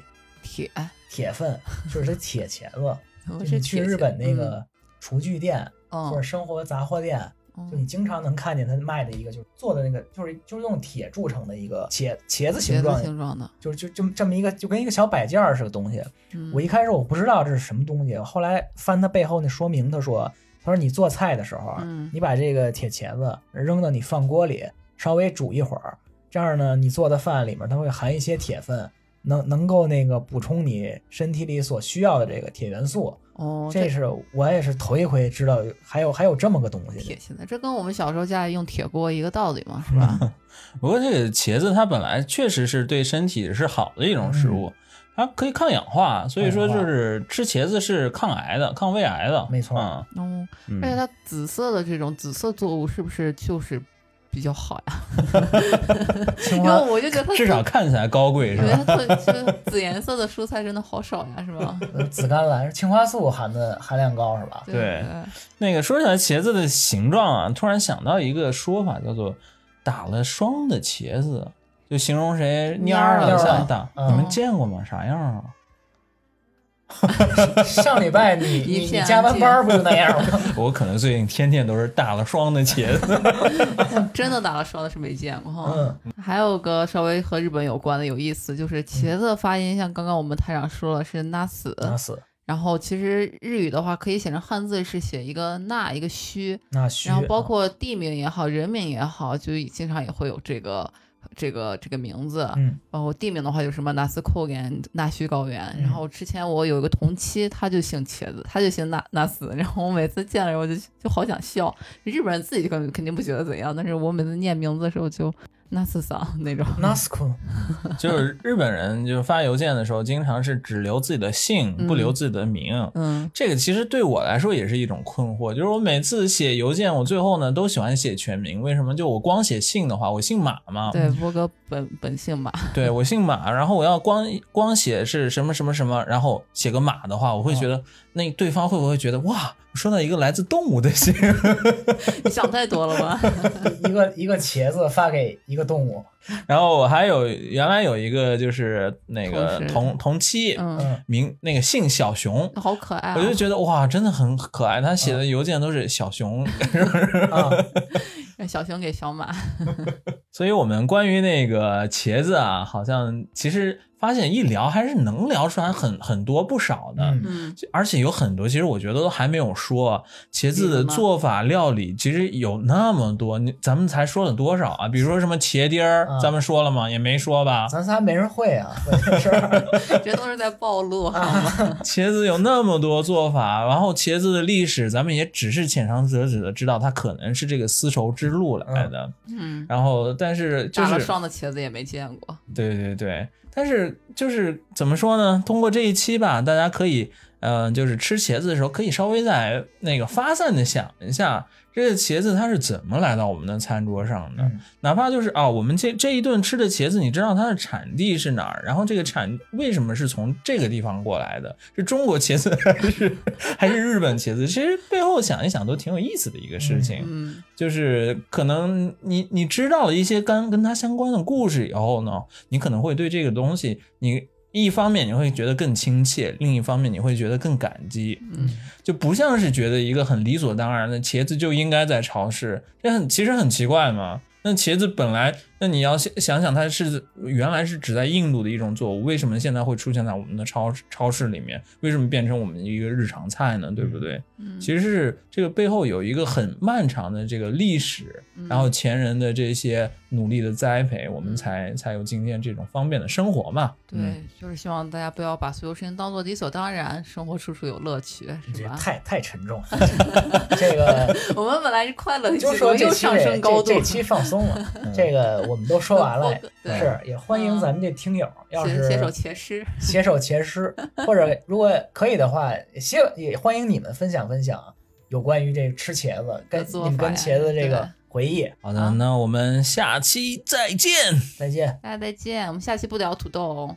[SPEAKER 1] 铁，
[SPEAKER 3] 铁分，就是它铁茄子。
[SPEAKER 1] 我
[SPEAKER 3] 就是你去
[SPEAKER 1] 铁
[SPEAKER 3] 日
[SPEAKER 1] 茄
[SPEAKER 3] 本那，个厨具店、
[SPEAKER 1] 嗯
[SPEAKER 3] 或者生活杂货店，
[SPEAKER 1] 嗯
[SPEAKER 3] 就你经常能看见他卖的一个，就是做的那个，就是就是用铁铸成的一个茄茄子形
[SPEAKER 1] 茄
[SPEAKER 3] 状
[SPEAKER 1] 子，形状的，
[SPEAKER 3] 就是就这么这么一个，就跟一个小摆件儿似的东西。
[SPEAKER 1] 嗯
[SPEAKER 3] 我一开始我不知道这是什么东西，后来翻它背后那说明，他说他说你做菜的时候啊，
[SPEAKER 1] 嗯
[SPEAKER 3] 你把这个铁茄子扔到你饭锅里，稍微煮一会儿，这样呢，你做的饭里面它会含一些铁分，能能够那个补充你身体里所需要的这个铁元素。
[SPEAKER 1] 哦，
[SPEAKER 3] 这是我也是头一回知道，还有还有这么个东
[SPEAKER 1] 铁
[SPEAKER 3] 西。
[SPEAKER 1] 现在这跟我们小时候家里用铁锅一个道理嘛，是 吧？
[SPEAKER 2] 不过这个茄子它本来确实是对身体是好的一种
[SPEAKER 3] 嗯
[SPEAKER 2] 食物，它可以抗氧化，所以说就是吃茄子是抗癌的，抗胃癌的，
[SPEAKER 3] 没错
[SPEAKER 2] 嗯
[SPEAKER 1] 哦，
[SPEAKER 2] 嗯
[SPEAKER 1] 而且它紫色的这种紫色作物是不是就是比较好呀？
[SPEAKER 3] 青
[SPEAKER 1] 因
[SPEAKER 3] 花
[SPEAKER 1] 为我就觉得它
[SPEAKER 2] 至少
[SPEAKER 1] 紫
[SPEAKER 2] 看起来高贵
[SPEAKER 1] 我
[SPEAKER 2] 是
[SPEAKER 1] 觉
[SPEAKER 2] 吧？
[SPEAKER 1] 得它特就是紫颜色的蔬菜真的好少呀，是吧？
[SPEAKER 3] 呃紫甘蓝，青花素含的含量高是 吧？
[SPEAKER 1] 对
[SPEAKER 2] 对那个说起来茄子的形状啊，突然想到一个说法，叫做“打了霜的茄子”，就形容谁蔫
[SPEAKER 1] 蔫
[SPEAKER 2] 儿
[SPEAKER 1] 儿
[SPEAKER 2] 了
[SPEAKER 1] 了
[SPEAKER 2] 像打。
[SPEAKER 3] 嗯
[SPEAKER 2] 你们见过吗？啥样啊？
[SPEAKER 3] 上礼拜你
[SPEAKER 1] 一
[SPEAKER 3] 你你
[SPEAKER 1] 片安
[SPEAKER 3] 加完
[SPEAKER 1] 静
[SPEAKER 3] 班儿不就那样 吗？
[SPEAKER 2] 我可能最近天天都是打了霜的茄子。
[SPEAKER 1] 真的打了霜的是没见过哈。
[SPEAKER 3] 嗯，
[SPEAKER 1] 还有个稍微和日本有关的有意思，就是茄子的发音，像刚刚我们台长说了是 nas，、
[SPEAKER 3] 那死
[SPEAKER 1] 然后其实日语的话可以写成汉字是写一个那一个虚，
[SPEAKER 3] 那虚。啊
[SPEAKER 1] 然后包括地名也好，人名也好，就经常也会有这个这个这个名字。啊
[SPEAKER 3] 嗯
[SPEAKER 1] 包括地名的话，有什么纳斯高原、纳须高原。
[SPEAKER 3] 嗯
[SPEAKER 1] 然后之前我有一个同期，他就姓茄子，他就姓纳纳斯。然后我每次见了人，我就就好想笑。日本人自己就肯肯定不觉得怎样，但是我每次念名字的时候就纳斯桑那种。
[SPEAKER 3] 那斯 库
[SPEAKER 2] 就是日本人，就是发邮件的时候，经常是只留自己的姓，
[SPEAKER 1] 嗯
[SPEAKER 2] 不留自己的名。
[SPEAKER 1] 嗯，
[SPEAKER 2] 这个其实对我来说也是一种困惑，就是我每次写邮件，我最后呢都喜欢写全名，为什么？就我光写姓的话，我姓马嘛，
[SPEAKER 1] 对，波哥本本姓马，
[SPEAKER 2] 对
[SPEAKER 1] 嗯
[SPEAKER 2] 我姓马，然后我要光光写是什么什么什么，然后写个马的话，我会觉得那对方会不会觉得哇，说到一个来自动物的信？
[SPEAKER 1] 你想太多了吧？嗯
[SPEAKER 3] 一个一个茄子发给一个动物，
[SPEAKER 2] 然后我还有原来有一个就是那个
[SPEAKER 1] 同事
[SPEAKER 2] 同同期，
[SPEAKER 1] 嗯，
[SPEAKER 3] 嗯，
[SPEAKER 2] 名那个姓小熊，
[SPEAKER 1] 好可爱、啊。
[SPEAKER 2] 我就觉得哇，真的很可爱。他写
[SPEAKER 1] 嗯
[SPEAKER 2] 的邮件都是小熊，
[SPEAKER 3] 啊，
[SPEAKER 1] 让小熊给小马，
[SPEAKER 2] 所以我们关于那个茄子啊，好像其实发现一聊还是能聊出来很很多不少的。
[SPEAKER 3] 嗯
[SPEAKER 1] 嗯，
[SPEAKER 2] 而且有很多，其实我觉得都还没有说茄子的做法、料理，其实有那么多，你咱们才说了多少啊？比如说什么茄丁儿，
[SPEAKER 3] 嗯
[SPEAKER 2] 咱们说了吗？也没说吧。
[SPEAKER 3] 咱仨没人会啊，问题是，
[SPEAKER 1] 这都是在暴露好吗？
[SPEAKER 2] 茄子有那么多做法，然后茄子的历史，咱们也只是浅尝辄止的知道它可能是这个丝绸之路来的。
[SPEAKER 1] 嗯，
[SPEAKER 2] 然后，但是就
[SPEAKER 1] 打了
[SPEAKER 2] 是
[SPEAKER 1] 霜的茄子也没见过。
[SPEAKER 2] 对对对，但是就是怎么说呢？通过这一期吧，大家可以，嗯、就是吃茄子的时候，可以稍微在那个发散的想一下，这个茄子它是怎么来到我们的餐桌上的？
[SPEAKER 3] 嗯
[SPEAKER 2] 哪怕就是啊，我们这这一顿吃的茄子，你知道它的产地是哪儿？然后这个产为什么是从这个地方过来的？是中国茄子 还是还是日本茄子？其实背后想一想，都挺有意思的一个事情。
[SPEAKER 1] 嗯，
[SPEAKER 2] 就是可能你你知道了一些跟跟它相关的故事以后呢，你可能会对这个东西，你一方面你会觉得更亲切，另一方面你会觉得更感激，
[SPEAKER 1] 嗯，
[SPEAKER 2] 就不像是觉得一个很理所当然的茄子就应该在超市，这很其实很奇怪嘛。那茄子本来，那你要想想想它是原来是只在印度的一种作物，为什么现在会出现在我们的超超市里面？为什么变成我们一个日常菜呢？对不对？
[SPEAKER 1] 嗯
[SPEAKER 2] 其实是这个背后有一个很漫长的这个历史，
[SPEAKER 1] 嗯
[SPEAKER 2] 然后前人的这些努力的栽培，我们才才有今天这种方便的生活嘛。嗯，
[SPEAKER 1] 对，就是希望大家不要把所有事情当做理所当然，生活处处有乐趣，
[SPEAKER 3] 这
[SPEAKER 1] 是嗯吧？
[SPEAKER 3] 太太沉重了，这个
[SPEAKER 1] 我们本来是快乐的一期，
[SPEAKER 3] 就说
[SPEAKER 1] 怎
[SPEAKER 3] 这
[SPEAKER 1] 么又
[SPEAKER 3] 期
[SPEAKER 1] 上升高度
[SPEAKER 3] 这，这期放松 了，这个我们都说完了，
[SPEAKER 1] 对嗯
[SPEAKER 3] 是也欢迎咱们这听友，要
[SPEAKER 1] 写
[SPEAKER 3] 是
[SPEAKER 1] 写首茄诗，
[SPEAKER 3] 携手前诗，或者如果可以的话，希也欢迎你们分享分享有关于这吃茄子跟
[SPEAKER 1] 的做
[SPEAKER 3] 你们
[SPEAKER 1] 法
[SPEAKER 3] 跟
[SPEAKER 1] 呀
[SPEAKER 3] 茄子这
[SPEAKER 1] 对
[SPEAKER 3] 个回忆。
[SPEAKER 2] 好
[SPEAKER 1] 啊
[SPEAKER 2] 的，那我们下期再见。
[SPEAKER 3] 再见。
[SPEAKER 1] 大家再见，我们下期不聊土豆哦。